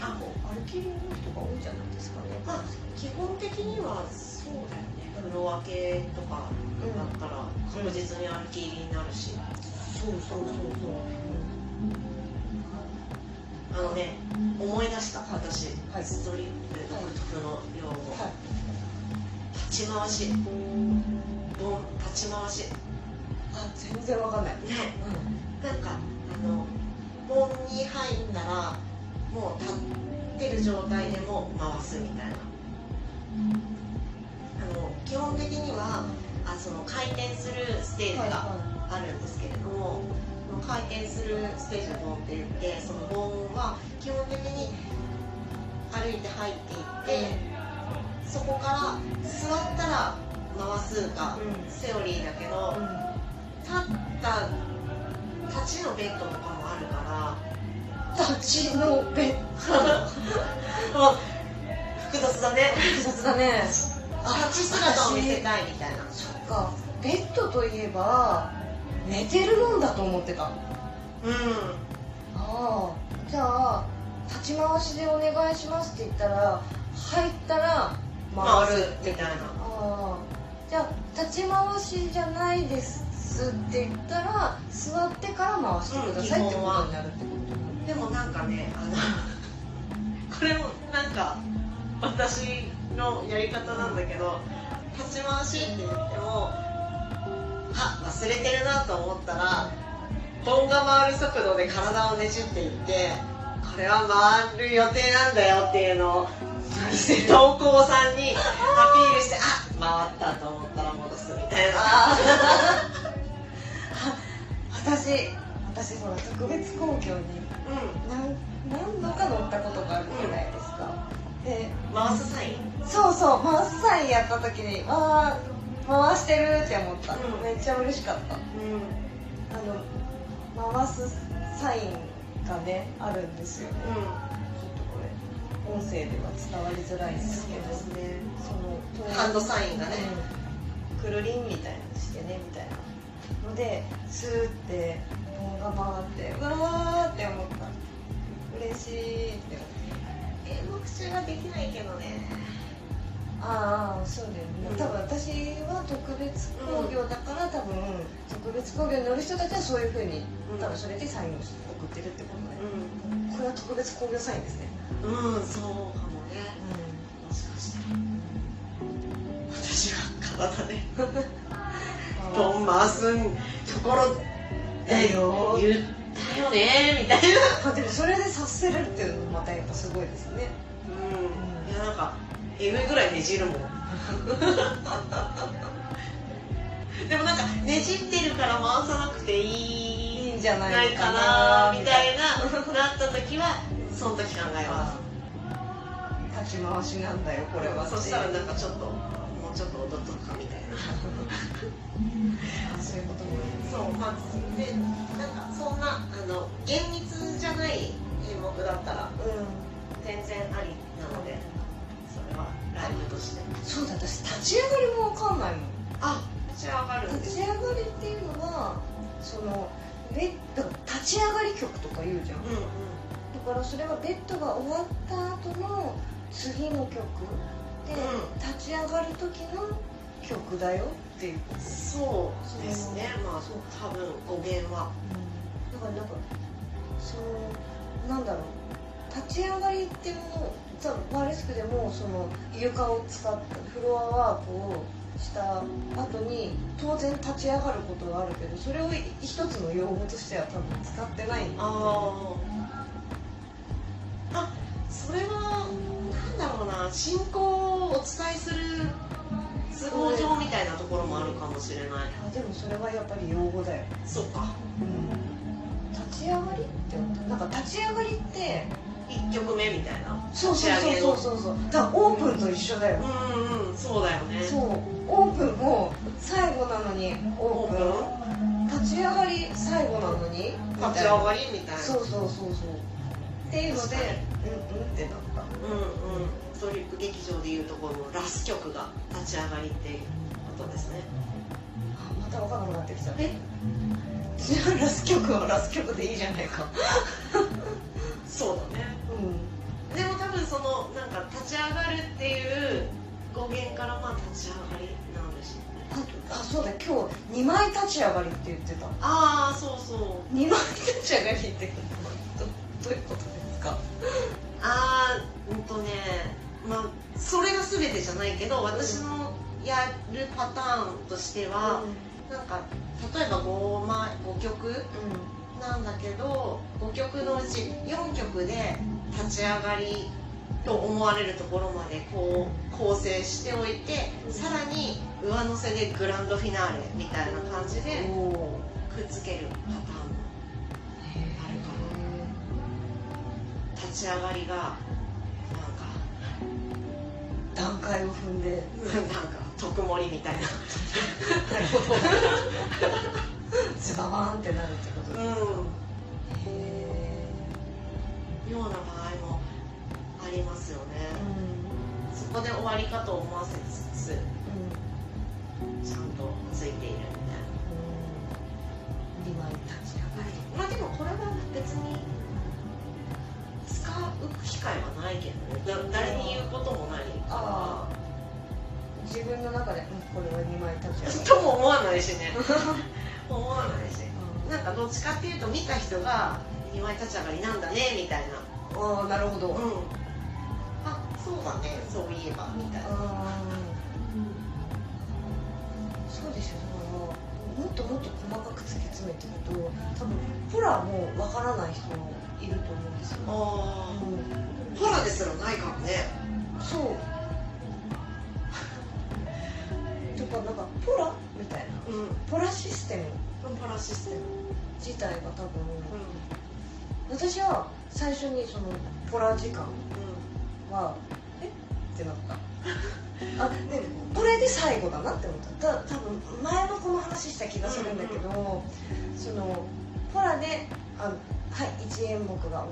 [SPEAKER 1] あもう
[SPEAKER 2] 歩きの人が多いんじゃないですかね。
[SPEAKER 1] まあ基本的にはそうだよね風呂分けとかだったら確実に歩き入りになるし、
[SPEAKER 2] そうそうそうそう。
[SPEAKER 1] あのね思い出した
[SPEAKER 2] はい
[SPEAKER 1] 私、
[SPEAKER 2] はい
[SPEAKER 1] ストリップ独特の量を
[SPEAKER 2] はい。
[SPEAKER 1] 立ち回しボン立ち回し
[SPEAKER 2] あ、全然わかんない。
[SPEAKER 1] ね
[SPEAKER 2] う
[SPEAKER 1] なんかあの盆に入んならもう立ってる状態でも回すみたいなあの基本的にはあその回転するステージ
[SPEAKER 2] はい
[SPEAKER 1] が
[SPEAKER 2] は
[SPEAKER 1] あるんですけれども、その回転するステージの盆って言ってその盆は基本的に歩いて入っていってそこから座ったら回すが
[SPEAKER 2] い。うん。
[SPEAKER 1] セオリーだけど。立った立ちのベッドとかもあるか
[SPEAKER 2] 立ちのベッ
[SPEAKER 1] らあ複雑だね
[SPEAKER 2] 複雑だね。
[SPEAKER 1] 立ち姿を見せたいみたいな
[SPEAKER 2] そっか。ベッドといえば寝てるもんだと思ってた。あ
[SPEAKER 1] う
[SPEAKER 2] あ。じゃあ立ち回しでお願いしますって言ったら入ったら
[SPEAKER 1] ん
[SPEAKER 2] 回る
[SPEAKER 1] 回るみたいな
[SPEAKER 2] あーじゃあ立ち回しじゃないですって言ったら座ってから回してくださいってことになるってこと、
[SPEAKER 1] でもなんかねあのこれもなんか私のやり方なんだけど立ち回しって言ってもあ忘れてるなと思ったらボンが回る速度で体をねじっていってこれは回る予定なんだよっていうのを投稿さんにアピールしてあ回ったと思ったら戻すみたいな私
[SPEAKER 2] 私ほら特別公共に
[SPEAKER 1] うん
[SPEAKER 2] 何何度か乗ったことがあるじゃないですか、で
[SPEAKER 1] 回すサイン
[SPEAKER 2] そうそう回す際やった時にわあ回してるって思った、
[SPEAKER 1] うん
[SPEAKER 2] めっちゃ嬉しかった
[SPEAKER 1] うん
[SPEAKER 2] あの回すサインがねあるんですよねちょっとこれ音声では伝わりづらいんですけど
[SPEAKER 1] そうですね
[SPEAKER 2] その
[SPEAKER 1] ハンドサインがね
[SPEAKER 2] うんくるりんみたいなのしてねみたいなのでスーって棒が回ってうわーって思った嬉しいって思った
[SPEAKER 1] 英語口ができないけどね
[SPEAKER 2] ああそうだよね、
[SPEAKER 1] うん
[SPEAKER 2] 多分私は特別工業だから、多分特別工業に乗る人たちはそういうふうに、
[SPEAKER 1] うん
[SPEAKER 2] 多分それでサインを送ってるってことね、
[SPEAKER 1] う
[SPEAKER 2] これは特別工業サインですね、
[SPEAKER 1] んうんそうかもねもしかして私は体で
[SPEAKER 2] どう
[SPEAKER 1] どん回すんところだよ言ったよねみたいな
[SPEAKER 2] あでもそれで察せるっていうのもまたやっぱすごいですね
[SPEAKER 1] うんいやなんかえぐいぐらいねじるもんでもなんかねじってるから回さなくて
[SPEAKER 2] い
[SPEAKER 1] いい
[SPEAKER 2] いん
[SPEAKER 1] ん
[SPEAKER 2] じゃ
[SPEAKER 1] じゃ
[SPEAKER 2] な
[SPEAKER 1] ないい
[SPEAKER 2] か
[SPEAKER 1] か
[SPEAKER 2] な
[SPEAKER 1] な
[SPEAKER 2] み
[SPEAKER 1] み
[SPEAKER 2] た
[SPEAKER 1] た
[SPEAKER 2] い
[SPEAKER 1] いななった時はその時考えま
[SPEAKER 2] な立ち回しなんだよ
[SPEAKER 1] す
[SPEAKER 2] これは
[SPEAKER 1] そしたら
[SPEAKER 2] って
[SPEAKER 1] なんかちょっともうちょっと踊っとくかみたいな
[SPEAKER 2] そういうことも
[SPEAKER 1] そうまあでなんかそんなあの厳密じゃない演目だったら
[SPEAKER 2] う
[SPEAKER 1] 全然ありなのでそれはライブとして
[SPEAKER 2] んそうだ私立ち上がりもわかんないもん
[SPEAKER 1] あ立ち上がるんで
[SPEAKER 2] 立
[SPEAKER 1] す
[SPEAKER 2] ち上がりっていうのはそのベッド立ち上がり曲とか言うじゃんだ
[SPEAKER 1] うんうん
[SPEAKER 2] からそれはベッドが終わった後の次の曲で、
[SPEAKER 1] う
[SPEAKER 2] 立ち上がる時の曲だよっていうこと
[SPEAKER 1] そうですねまあ多分語源は
[SPEAKER 2] だからなんかそのなんだろう立ち上がりっていうのをさバーレスクでもその床を使ったフロアワークをした後に当然立ち上がることはあるけどそれを一つの用語としては多分使ってないんだよね
[SPEAKER 1] あああそれはなんだろうな信仰をお伝えする都合上みたいなところもあるかもしれない
[SPEAKER 2] あでもそれはやっぱり用語だよ、
[SPEAKER 1] そっか
[SPEAKER 2] 立ち上がりって思ったなんか立ち上がりって
[SPEAKER 1] 1曲目みたいな
[SPEAKER 2] そうそうそうそうそうそうだからオープンと一緒だよ
[SPEAKER 1] うんうんそうだよね
[SPEAKER 2] そうオープンも最後なのにオ
[SPEAKER 1] オ
[SPEAKER 2] ー
[SPEAKER 1] ー
[SPEAKER 2] プン
[SPEAKER 1] プ
[SPEAKER 2] 立ち上がり最後なのに
[SPEAKER 1] ン立ち上がりみたいな
[SPEAKER 2] そうそうそうそうっていうのでうんうんってなった
[SPEAKER 1] うんうんストリップ劇場でいうところのラス曲が立ち上がりっていうことですね
[SPEAKER 2] あまた分からなくなってきたえじゃあラス曲はラス曲でいいじゃないか
[SPEAKER 1] そうだね
[SPEAKER 2] うん
[SPEAKER 1] でも多分そのなんか立ち上がるっていう語源からまあ立ち上がりなんでしょうね
[SPEAKER 2] あそうだ今日2枚立ち上がりって言ってた
[SPEAKER 1] ああそうそう
[SPEAKER 2] 2枚立ち上がりってどどういうことですか
[SPEAKER 1] ああうんとねまあそれが全てじゃないけど私のやるパターンとしては、なんか例えば 5, 枚5曲
[SPEAKER 2] う
[SPEAKER 1] なんだけど5曲のうち4曲で立ち上がりと思われるところまでこう構成しておいてさらに上乗せでグランドフィナーレみたいな感じで
[SPEAKER 2] んおお
[SPEAKER 1] くっつけるパターンもあるから立ち上がりがなんか
[SPEAKER 2] 段階を踏んで
[SPEAKER 1] なんか特盛りみたいな
[SPEAKER 2] *laughs* ズババーンってなるってこと
[SPEAKER 1] うん
[SPEAKER 2] へえ
[SPEAKER 1] ような場合もありますよねそこで終わりかと思わせつつ
[SPEAKER 2] うんうん
[SPEAKER 1] ちゃんとついているみたいな。
[SPEAKER 2] 二枚立ち上がり
[SPEAKER 1] まあでもこれは別に使う機会はないけどねだ誰に言うこともない
[SPEAKER 2] ああ自分の中で、うん、これは二枚立ち上が
[SPEAKER 1] とも *laughs* 思わないしね思わないし
[SPEAKER 2] り
[SPEAKER 1] なんかどっちかっていうと見た人が「二枚立ち上がりなんだね」みたいな
[SPEAKER 2] ああなる
[SPEAKER 1] 「
[SPEAKER 2] ほど
[SPEAKER 1] うんあそうだねそういえば」みたいな
[SPEAKER 2] あーそうですよだからもっともっと細かく突き詰めていくと多分プラもわからない人もいると思うんですよ、
[SPEAKER 1] あ
[SPEAKER 2] うん
[SPEAKER 1] あパラですらないからね
[SPEAKER 2] そうとかなんかポラみたいな
[SPEAKER 1] う
[SPEAKER 2] ポラシステム
[SPEAKER 1] んパラシステム
[SPEAKER 2] 自体が多分
[SPEAKER 1] うん
[SPEAKER 2] 私は最初にそのポラ時間はえってなった *laughs* あでこれで最後だなって思ったた多分前もこの話した気がするんだけど、そのポラであはい1演目が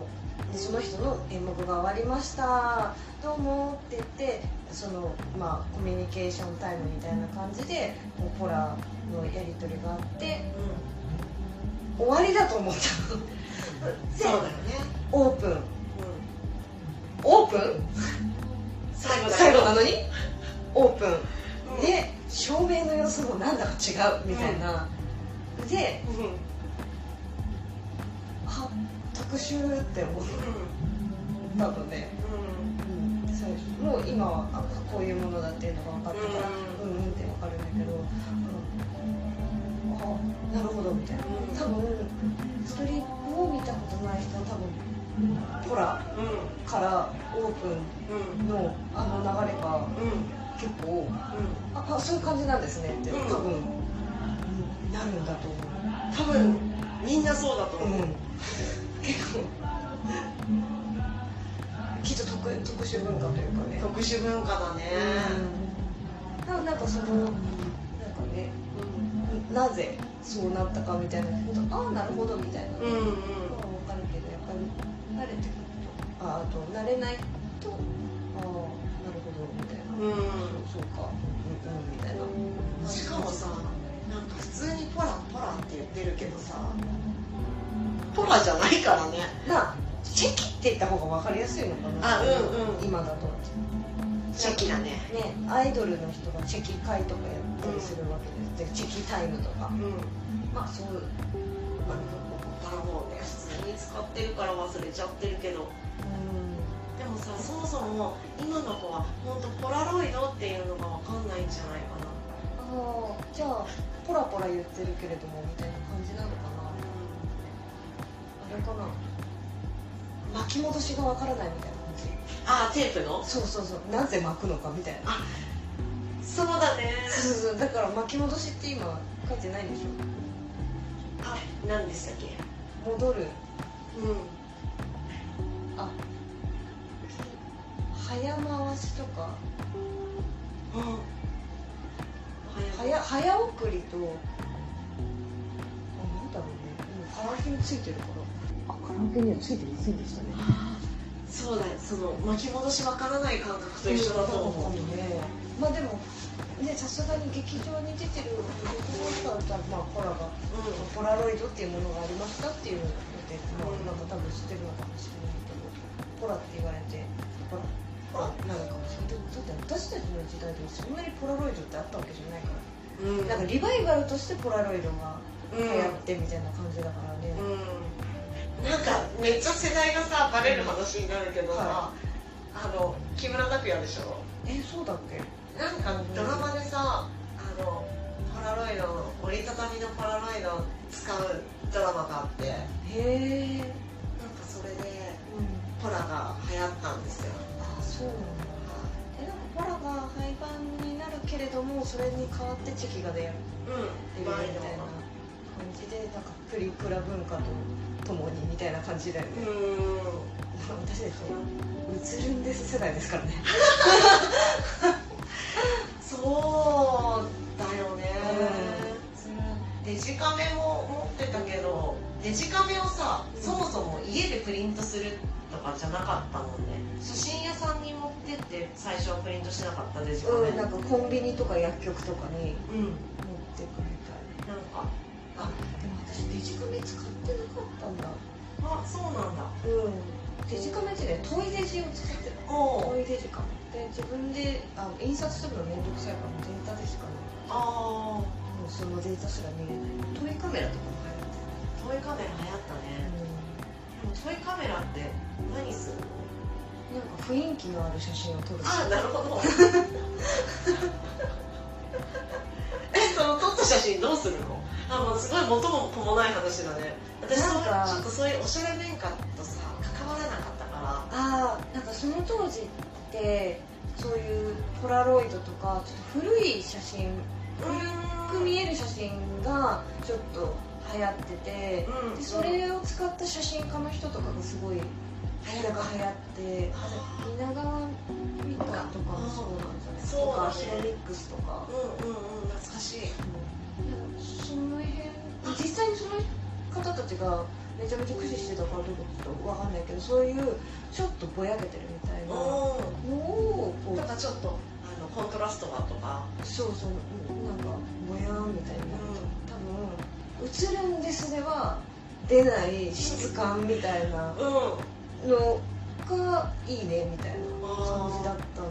[SPEAKER 2] でその人の演目が終わりましたどうもって言ってそのまあコミュニケーションタイムみたいな感じでこうポラのやり取りがあって
[SPEAKER 1] うんうん
[SPEAKER 2] 終わりだと思った *laughs* で
[SPEAKER 1] そうだよね
[SPEAKER 2] オープン
[SPEAKER 1] うん
[SPEAKER 2] オープン
[SPEAKER 1] 最後だ
[SPEAKER 2] 最
[SPEAKER 1] け
[SPEAKER 2] 後
[SPEAKER 1] ど
[SPEAKER 2] なのに *laughs* オープン
[SPEAKER 1] うん
[SPEAKER 2] で照明の様子もなんだか違うみたいな、で
[SPEAKER 1] うんうん
[SPEAKER 2] あ特集って思ったのね、最初もう今はあこういうものだっていうのが分かってたらう
[SPEAKER 1] うん
[SPEAKER 2] うんって分かるんだけど、うんあなるほどみたいな
[SPEAKER 1] うん
[SPEAKER 2] 多分ストリップを見たことない人は多分ホラ
[SPEAKER 1] うんうん
[SPEAKER 2] からオープ
[SPEAKER 1] うん
[SPEAKER 2] ンのあの流れが
[SPEAKER 1] うん
[SPEAKER 2] 結構
[SPEAKER 1] うん
[SPEAKER 2] ああそういう感じなんですねって多
[SPEAKER 1] うん
[SPEAKER 2] 分、うんなるんだと思う。
[SPEAKER 1] 多分みんなそうだと
[SPEAKER 2] う、
[SPEAKER 1] 思うん
[SPEAKER 2] *laughs* 結構きっと特特殊文化というかね、
[SPEAKER 1] 特殊文化だね
[SPEAKER 2] うん、ただなんかそのなんかね
[SPEAKER 1] うん
[SPEAKER 2] なぜそうなったかみたいなことああなるほどみたいなの
[SPEAKER 1] うんう
[SPEAKER 2] は
[SPEAKER 1] ん
[SPEAKER 2] 分かるけどやっぱり慣れてくるとああと慣れないとああなるほどみたい
[SPEAKER 1] うん
[SPEAKER 2] な、そうかうんうんみたいな
[SPEAKER 1] しかもさなんか普通にポラポラって言ってるけどさポラじゃないからね
[SPEAKER 2] まあチェキって言った方が分かりやすいのかな
[SPEAKER 1] あうんうん
[SPEAKER 2] 今だと
[SPEAKER 1] チェキだね
[SPEAKER 2] ね、アイドルの人がチェキ会とかやったりするわけです、でチェキタイムとか
[SPEAKER 1] うんうん
[SPEAKER 2] まあそういう、
[SPEAKER 1] だからもうね普通に使ってるから忘れちゃってるけどでもさそもそも今の子は本当ポラロイドっていうのがわかんないんじゃないかな
[SPEAKER 2] ああじゃあポラポラ言ってるけれどもみたいな感じなのかなあれかな巻き戻しがわからないみたいな感じ
[SPEAKER 1] あテープの
[SPEAKER 2] そうそうそうなぜ巻くのかみたいな
[SPEAKER 1] そうだね
[SPEAKER 2] そうそうそうだから巻き戻しって今書いてないでしょ
[SPEAKER 1] あ何でしたっけ
[SPEAKER 2] 戻る
[SPEAKER 1] うん
[SPEAKER 2] 早回しとか
[SPEAKER 1] あ
[SPEAKER 2] 早早送りとあなんだろうね今カラオケについてるからあカラオケにはついてませんでしたね
[SPEAKER 1] そうだよその巻き戻しわからない感覚と一緒だと思う、
[SPEAKER 2] まあでもねさすがに劇場に出てる劇場だったらまあポラ
[SPEAKER 1] う
[SPEAKER 2] がポラロイドっていうものがありましたっていうので、ま
[SPEAKER 1] うん
[SPEAKER 2] あ、なんか多分知ってるのかもしれないけどポラって言われてポラポラなのかもしれないだって私たちの時代でもそんなにポラロイドってあったわけじゃないから
[SPEAKER 1] んうん
[SPEAKER 2] なんかリバイバルとしてポラロイドが
[SPEAKER 1] うん
[SPEAKER 2] 流行ってみたいな感じだからね、
[SPEAKER 1] うんなんかめっちゃ世代がさバレる話になるけどさ、
[SPEAKER 2] は
[SPEAKER 1] あの木村拓哉でしょ
[SPEAKER 2] えそうだっけ
[SPEAKER 1] なんかドラマでさあのパラロイドの折りたたみのパラロイドを使うドラマがあってなんか
[SPEAKER 2] へえ、
[SPEAKER 1] それで
[SPEAKER 2] うん、
[SPEAKER 1] ポラが流行ったんですよ
[SPEAKER 2] あそうなんだえなんかポラが廃盤になるけれどもそれに代わってチェキが出る
[SPEAKER 1] うん
[SPEAKER 2] み
[SPEAKER 1] バ
[SPEAKER 2] たい
[SPEAKER 1] イ
[SPEAKER 2] な感じでなんかプリクラ文化とともにみたいな感じだよね、
[SPEAKER 1] ドうん
[SPEAKER 2] 私たちうつるんです世代ですからね、
[SPEAKER 1] そうだよね
[SPEAKER 2] う
[SPEAKER 1] デジカメも持ってたけどデジカメをさそもそも家でプリントするとかじゃなかったもんね写真屋さんに持ってって最初はプリントしなかったデジカメ
[SPEAKER 2] うん、なんかコンビニとか薬局とかに
[SPEAKER 1] うん
[SPEAKER 2] 持ってくみた
[SPEAKER 1] なん
[SPEAKER 2] い
[SPEAKER 1] か
[SPEAKER 2] でも私デジカメ使ってなかったんだ
[SPEAKER 1] あそうなんだ
[SPEAKER 2] うんデジカメってねトイデジを使ってた
[SPEAKER 1] お
[SPEAKER 2] ト
[SPEAKER 1] う
[SPEAKER 2] イデジカメで自分であの印刷するの面倒くさいからデータでしかね
[SPEAKER 1] あ
[SPEAKER 2] もうそのデータすら見れないトイカメラとかも入っ
[SPEAKER 1] あトイ
[SPEAKER 2] て
[SPEAKER 1] カメラ流行った
[SPEAKER 2] る
[SPEAKER 1] ねでもトイカメラって何するの
[SPEAKER 2] なんか雰囲気のある写真を撮る
[SPEAKER 1] ああなるほど *laughs* えその撮った写真どうするのあもうすごい元も子もない話だね私
[SPEAKER 2] なんか
[SPEAKER 1] そうちょっとそういうおしゃれ文化とさ関わらなかったか
[SPEAKER 2] ああなんかその当時ってそういうポラロイドとかちょっと古い写真
[SPEAKER 1] ら
[SPEAKER 2] 古く見える写真がちょっと流行ってて
[SPEAKER 1] うん
[SPEAKER 2] でそれを使った写真家の人とかがすごい
[SPEAKER 1] 早
[SPEAKER 2] なん
[SPEAKER 1] か
[SPEAKER 2] か流行って
[SPEAKER 1] あ
[SPEAKER 2] 稲川美香とかもそうなんじゃない
[SPEAKER 1] そう
[SPEAKER 2] とか
[SPEAKER 1] そう
[SPEAKER 2] ヒ
[SPEAKER 1] だね
[SPEAKER 2] ロミックスとか
[SPEAKER 1] うんうんうん懐かしい
[SPEAKER 2] その辺実際にその方たちがめちゃめちゃ駆使してたかどうかちょっとわかんないけどそういうちょっとぼやけてるみたいなの
[SPEAKER 1] う
[SPEAKER 2] をこ
[SPEAKER 1] ん
[SPEAKER 2] う
[SPEAKER 1] とかちょっとあのコントラストがとか
[SPEAKER 2] そうそううんなんかぼやーんみたいな
[SPEAKER 1] う
[SPEAKER 2] 多分「映るんです」では出ない質感みたいなん
[SPEAKER 1] うん
[SPEAKER 2] のがいいねみたいな感じだ
[SPEAKER 1] あ
[SPEAKER 2] った
[SPEAKER 1] ー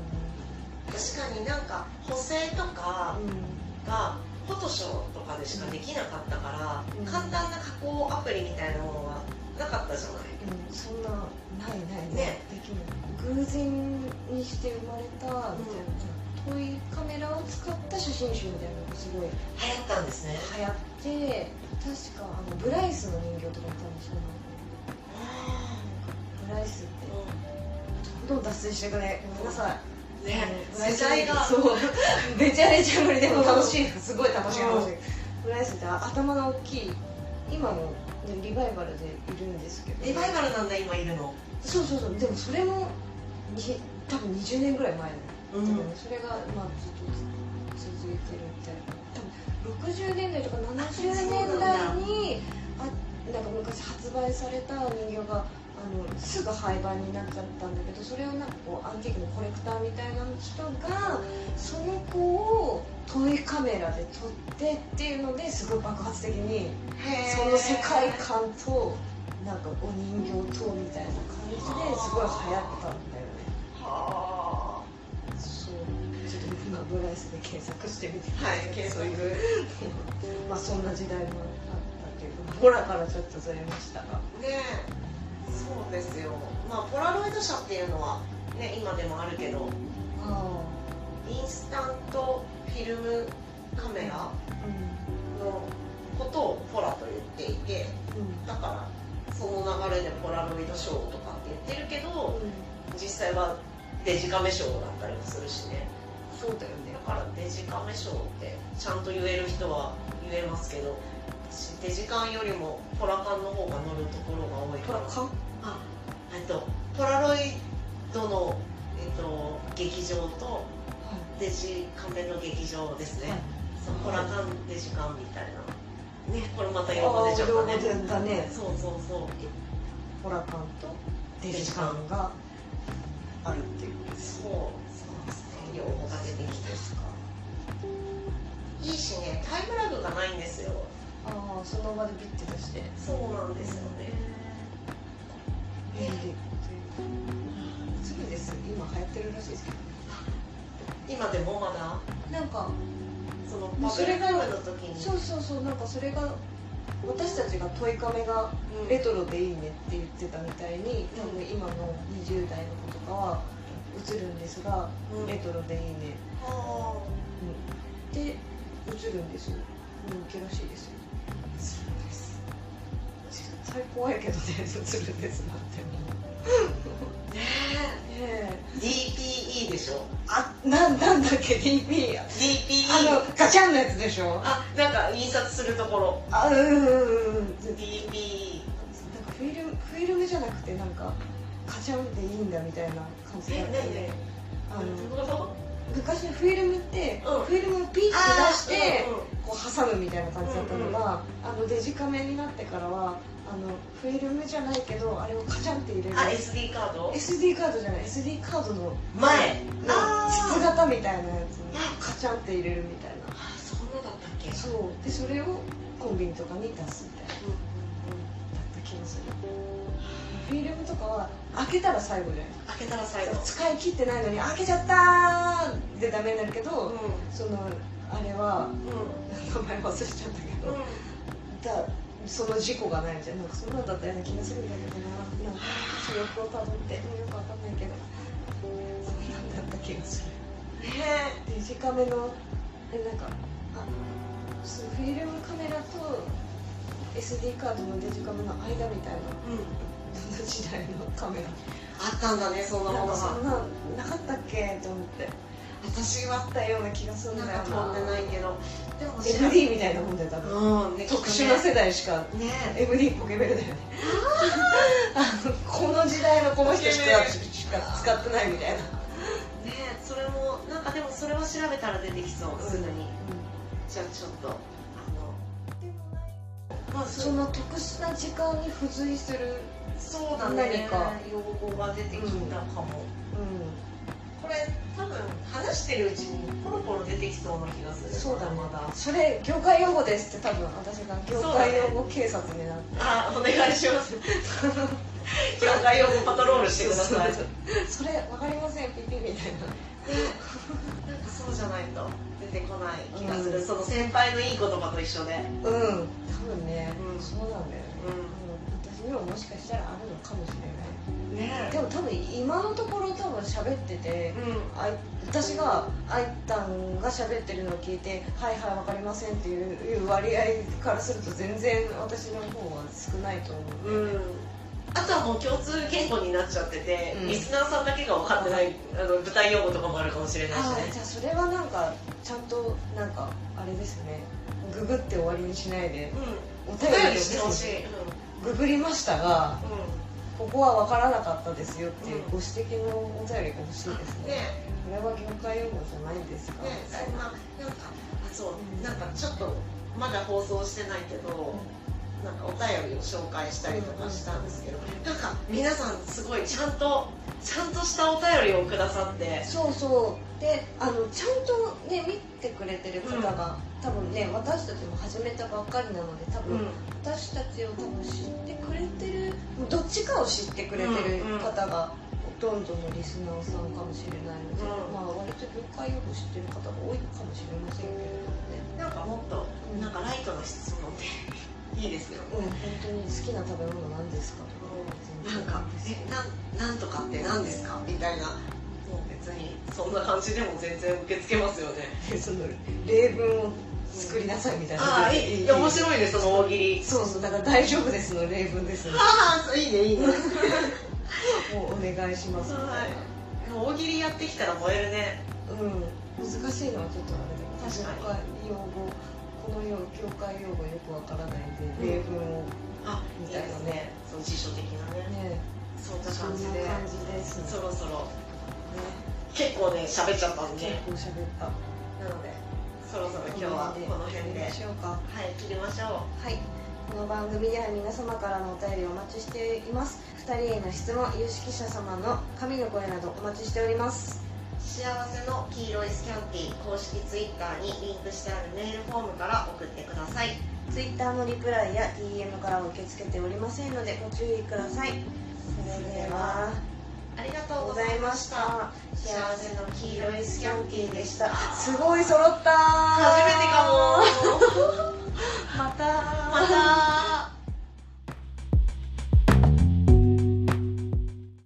[SPEAKER 1] 確かになんか補正とか
[SPEAKER 2] のうん
[SPEAKER 1] がフォトショーとかでしかできなかったから、
[SPEAKER 2] うん
[SPEAKER 1] 簡単な加工アプリみたいなものはなかったじゃない
[SPEAKER 2] うんそんなないない
[SPEAKER 1] ね
[SPEAKER 2] できない偶然にして生まれたみたいな、遠いカメラを使った写真集みたいなのがすごい
[SPEAKER 1] 流行ったんですね
[SPEAKER 2] 流行って確かあのブライスの人形とかも多分そうなのブライスってどんどん脱線していくねごめんなさい
[SPEAKER 1] ね
[SPEAKER 2] ブライ
[SPEAKER 1] 世
[SPEAKER 2] ス
[SPEAKER 1] 代が
[SPEAKER 2] そう *laughs* めちゃめちゃ無理でも楽しい
[SPEAKER 1] すごい楽しい楽しい
[SPEAKER 2] ブライスって頭の大きい今も、ね、リバイバルでいるんですけど
[SPEAKER 1] リバイバルなんだ今いるの
[SPEAKER 2] そうそうそうでもそれもに多分20年ぐらい前の
[SPEAKER 1] う
[SPEAKER 2] だからそれがまあずっと続いてるみたいな多分60年代とか70年代にあなんか昔発売された人形があのすぐ廃盤になっちゃったんだけどそれをなんかこうアンティークのコレクターみたいな人がその子をトイカメラで撮ってっていうのですごい爆発的にその世界観となんかお人形とみたいな感じですごい流行ったんだよね。
[SPEAKER 1] は
[SPEAKER 2] そうちょっと今ブライスで検索してみて
[SPEAKER 1] あはい検索
[SPEAKER 2] まあそんな時代もあったけどほらからちょっとずれましたが
[SPEAKER 1] ねそうですよまあポラロイド社っていうのはね今でもあるけど
[SPEAKER 2] あ
[SPEAKER 1] インスタントフィルムカメラ
[SPEAKER 2] あう
[SPEAKER 1] のことをポラと言っていて
[SPEAKER 2] んうん
[SPEAKER 1] だからその流れでポラロイドショーとかって言ってるけど実際はデジカメショーだったりもするしね
[SPEAKER 2] そうだよね
[SPEAKER 1] だからデジカメショーってちゃんと言える人は言えますけど私デジカンよりもポラカンの方が乗るところが多い
[SPEAKER 2] ほ
[SPEAKER 1] から
[SPEAKER 2] か
[SPEAKER 1] あえっとポラロイドの、えっと、劇場とデジカメの劇場ですね、
[SPEAKER 2] はい
[SPEAKER 1] そうポラカンデジカンみたいなねこれまた用語
[SPEAKER 2] あ
[SPEAKER 1] 出
[SPEAKER 2] あ
[SPEAKER 1] ちゃっ
[SPEAKER 2] 両
[SPEAKER 1] た
[SPEAKER 2] 方
[SPEAKER 1] ね
[SPEAKER 2] 出たね
[SPEAKER 1] そうそうそう
[SPEAKER 2] ほら感とデジカンがあるっていうことです
[SPEAKER 1] そうそうですね両方が出てきて
[SPEAKER 2] か
[SPEAKER 1] いいしねタイムラグがないんですよ
[SPEAKER 2] ああその場でビッて出して
[SPEAKER 1] そうなんですよね
[SPEAKER 2] 便利すぐです今流行ってるらしいですけ
[SPEAKER 1] 今でもまだ
[SPEAKER 2] どなんか
[SPEAKER 1] そのバブルタイムの時に
[SPEAKER 2] そうそうそうなんかそれが私たちが問いかめが
[SPEAKER 1] うん
[SPEAKER 2] レトロでいいねって言ってたみたいに多分今の20代の子とかは映るんですが
[SPEAKER 1] うん
[SPEAKER 2] レトロでいいね
[SPEAKER 1] あ
[SPEAKER 2] で映るんですよ人気らしいですよ
[SPEAKER 1] ーそうです
[SPEAKER 2] 絶対怖いけどね映るんですなんてね
[SPEAKER 1] ね
[SPEAKER 2] え
[SPEAKER 1] え DPE でしょ
[SPEAKER 2] あなんなんだっけ DP あ
[SPEAKER 1] DPE
[SPEAKER 2] のガチャンのやつでしょ
[SPEAKER 1] あなんか印刷するところ
[SPEAKER 2] あうんうんうんうん
[SPEAKER 1] DPE
[SPEAKER 2] なんかフィルムフィルムじゃなくてなんかカチャンでいいんだみたいな感じだったよねあ
[SPEAKER 1] な
[SPEAKER 2] の
[SPEAKER 1] るほど
[SPEAKER 2] 昔のフィルムって、
[SPEAKER 1] うん
[SPEAKER 2] フィルムをピッて出して、
[SPEAKER 1] うんうん
[SPEAKER 2] こう挟むみたいな感じだったのが、あのデジカメになってからはあのフィルムじゃないけどあれをカチャンって入れる
[SPEAKER 1] あ SD カード
[SPEAKER 2] SD カードじゃない SD カードの
[SPEAKER 1] 前
[SPEAKER 2] の
[SPEAKER 1] あ
[SPEAKER 2] 筒型みたいなやつに
[SPEAKER 1] あ
[SPEAKER 2] カチャンって入れるみたいな
[SPEAKER 1] あそんなだったっけ
[SPEAKER 2] そうでそれをコンビニとかに出すみたいなだった気がするフィルムとかは開けたら最後じゃな
[SPEAKER 1] 開
[SPEAKER 2] い
[SPEAKER 1] けたら最後
[SPEAKER 2] 使い切ってないのに開けちゃったーでダメになるけど、
[SPEAKER 1] うん
[SPEAKER 2] そのあれは
[SPEAKER 1] う
[SPEAKER 2] 名前忘れちゃったけ
[SPEAKER 1] ん
[SPEAKER 2] ど、だその事故がないじゃんなんかそんなんだったような気がするんだけどななんか記憶をたどってもうよくわかんないけどそんなんだった気がする
[SPEAKER 1] ね
[SPEAKER 2] デジカメのえなんかあそうフィルムカメラと SD カードのデジカメの間みたいなどの時代のカメラ
[SPEAKER 1] あったんだねそんな
[SPEAKER 2] な
[SPEAKER 1] も
[SPEAKER 2] ん
[SPEAKER 1] の
[SPEAKER 2] か
[SPEAKER 1] が
[SPEAKER 2] そんなんなかったっけと思って
[SPEAKER 1] 私
[SPEAKER 2] あ
[SPEAKER 1] は
[SPEAKER 2] ったような気がするん
[SPEAKER 1] な
[SPEAKER 2] だ
[SPEAKER 1] ん
[SPEAKER 2] よ
[SPEAKER 1] か飛んでないけどでも
[SPEAKER 2] MD みたいなもんだよ多分
[SPEAKER 1] うんね
[SPEAKER 2] 特殊な世代しか
[SPEAKER 1] ね
[SPEAKER 2] MD ポケベルだよねあのこの時代のこの人しかしか使ってないみたいな
[SPEAKER 1] ねそれもなんかでもそれは調べたら出てきそうすぐにじゃあちょっとあのまあ
[SPEAKER 2] そ
[SPEAKER 1] そ
[SPEAKER 2] の特殊な時間に付随する、
[SPEAKER 1] そうだね
[SPEAKER 2] 何か
[SPEAKER 1] 用語が出てきたかも、
[SPEAKER 2] う
[SPEAKER 1] これ多分話してるうちにポロポロ出てきそうな気がする
[SPEAKER 2] そうだね
[SPEAKER 1] まだ
[SPEAKER 2] ん、それ業界用語ですって多分私が業界用語警察になって
[SPEAKER 1] あお願いし
[SPEAKER 2] *laughs*
[SPEAKER 1] ます業界用語パトロールしてください
[SPEAKER 2] そう *laughs* それ分かりませんピピみたいな
[SPEAKER 1] なんかそうじゃないと出てこない気がする、
[SPEAKER 2] うん
[SPEAKER 1] その先輩のいい言葉と一緒で
[SPEAKER 2] うん多分ね、
[SPEAKER 1] うん
[SPEAKER 2] そうなんだよね、うん私にももしかしたらあるのかもしれな
[SPEAKER 1] うんね
[SPEAKER 2] いでも多分今のところ多分喋ってて
[SPEAKER 1] うん
[SPEAKER 2] あい私があいたんが喋ってるのを聞いて「はいはい分かりません」っていういう割合からすると全然私の方は少ないと思う
[SPEAKER 1] うんあとはもう共通言語になっちゃってて、
[SPEAKER 2] うん
[SPEAKER 1] リスナーさんだけが分かってないあの舞台用語とかもあるかもしれないし
[SPEAKER 2] あ
[SPEAKER 1] ね
[SPEAKER 2] じゃあそれはなんかちゃんとなんかあれですねググって終わりにしないで
[SPEAKER 1] うん
[SPEAKER 2] お
[SPEAKER 1] お便りしてほしい、
[SPEAKER 2] ググりましたが
[SPEAKER 1] うんう
[SPEAKER 2] ここは分からなかったですよっていうご指摘のお便りが欲しいです
[SPEAKER 1] ん、
[SPEAKER 2] ね、
[SPEAKER 1] ね
[SPEAKER 2] これは業界用語じゃないんですか、
[SPEAKER 1] ね
[SPEAKER 2] みたい
[SPEAKER 1] そんななんかあそう、
[SPEAKER 2] うん
[SPEAKER 1] なんかちょっとまだ放送してないけど、なんかお便りを紹介したりとかしたんですけど、なんか皆さんすごいちゃんとちゃんとしたお便りをくださって
[SPEAKER 2] そうそうであのちゃんとね見てくれてる方が、多分ね私たちも始めたばっかりなので多分、私たちを多分知ってくれてるどっちかを知ってくれてる方がほとんどのリスナーさんかもしれないの
[SPEAKER 1] う
[SPEAKER 2] で、
[SPEAKER 1] ん
[SPEAKER 2] まあ割と業界用語知ってる方が多いかもしれませんけれどもね
[SPEAKER 1] なんかもっと
[SPEAKER 2] うん
[SPEAKER 1] なんかライトな質問で *laughs* いいですよ、
[SPEAKER 2] うん本当に好きな食べ物なんですかとか
[SPEAKER 1] なんか「えなんなんとかって何ですか?」みたいなもう別にそんな感じでも全然受け付けますよね
[SPEAKER 2] その例文を作りなさいみたいな、
[SPEAKER 1] *laughs* ああいいいい面白いねその大喜利
[SPEAKER 2] そうそうだから大丈夫ですの例文ですので
[SPEAKER 1] *laughs* ああいいね *laughs* いいね
[SPEAKER 2] もうお願いしますみたいな、
[SPEAKER 1] はい大喜利やってきたら燃えるね
[SPEAKER 2] うん、難しいのはちょっとあれだけど
[SPEAKER 1] 確
[SPEAKER 2] 業界用語このよう業界用語よくわからないんで例文を
[SPEAKER 1] あ
[SPEAKER 2] みたいなね
[SPEAKER 1] ですねその辞書的なね
[SPEAKER 2] ね
[SPEAKER 1] そんな
[SPEAKER 2] そん
[SPEAKER 1] 感じ
[SPEAKER 2] な
[SPEAKER 1] で
[SPEAKER 2] 感じです
[SPEAKER 1] そ
[SPEAKER 2] ね
[SPEAKER 1] ろそろね結構ね喋っちゃったんで
[SPEAKER 2] 結構喋った
[SPEAKER 1] なのでそろそろ今日はこの辺で
[SPEAKER 2] やりましょうか
[SPEAKER 1] はい切りましょ
[SPEAKER 2] はいこの番組では皆様からのお便りをお待ちしています二人への質問有識者様の神の声などお待ちしております
[SPEAKER 1] う幸せの黄色いスキャンティ公式ツイッターにリンクしてあるメールフォームから送ってください
[SPEAKER 2] Twitter のリプライや DM からは受け付けておりませんのでご注意くださいそれでは
[SPEAKER 1] ありが
[SPEAKER 2] あり
[SPEAKER 1] と
[SPEAKER 2] がと
[SPEAKER 1] う
[SPEAKER 2] う
[SPEAKER 1] ご
[SPEAKER 2] ご
[SPEAKER 1] ざ
[SPEAKER 2] ざ
[SPEAKER 1] い
[SPEAKER 2] い
[SPEAKER 1] ま
[SPEAKER 2] ま
[SPEAKER 1] し
[SPEAKER 2] したた。
[SPEAKER 1] 幸せの黄色いスキャンティでした
[SPEAKER 2] すごい揃った。初
[SPEAKER 1] 初めてかも
[SPEAKER 2] も。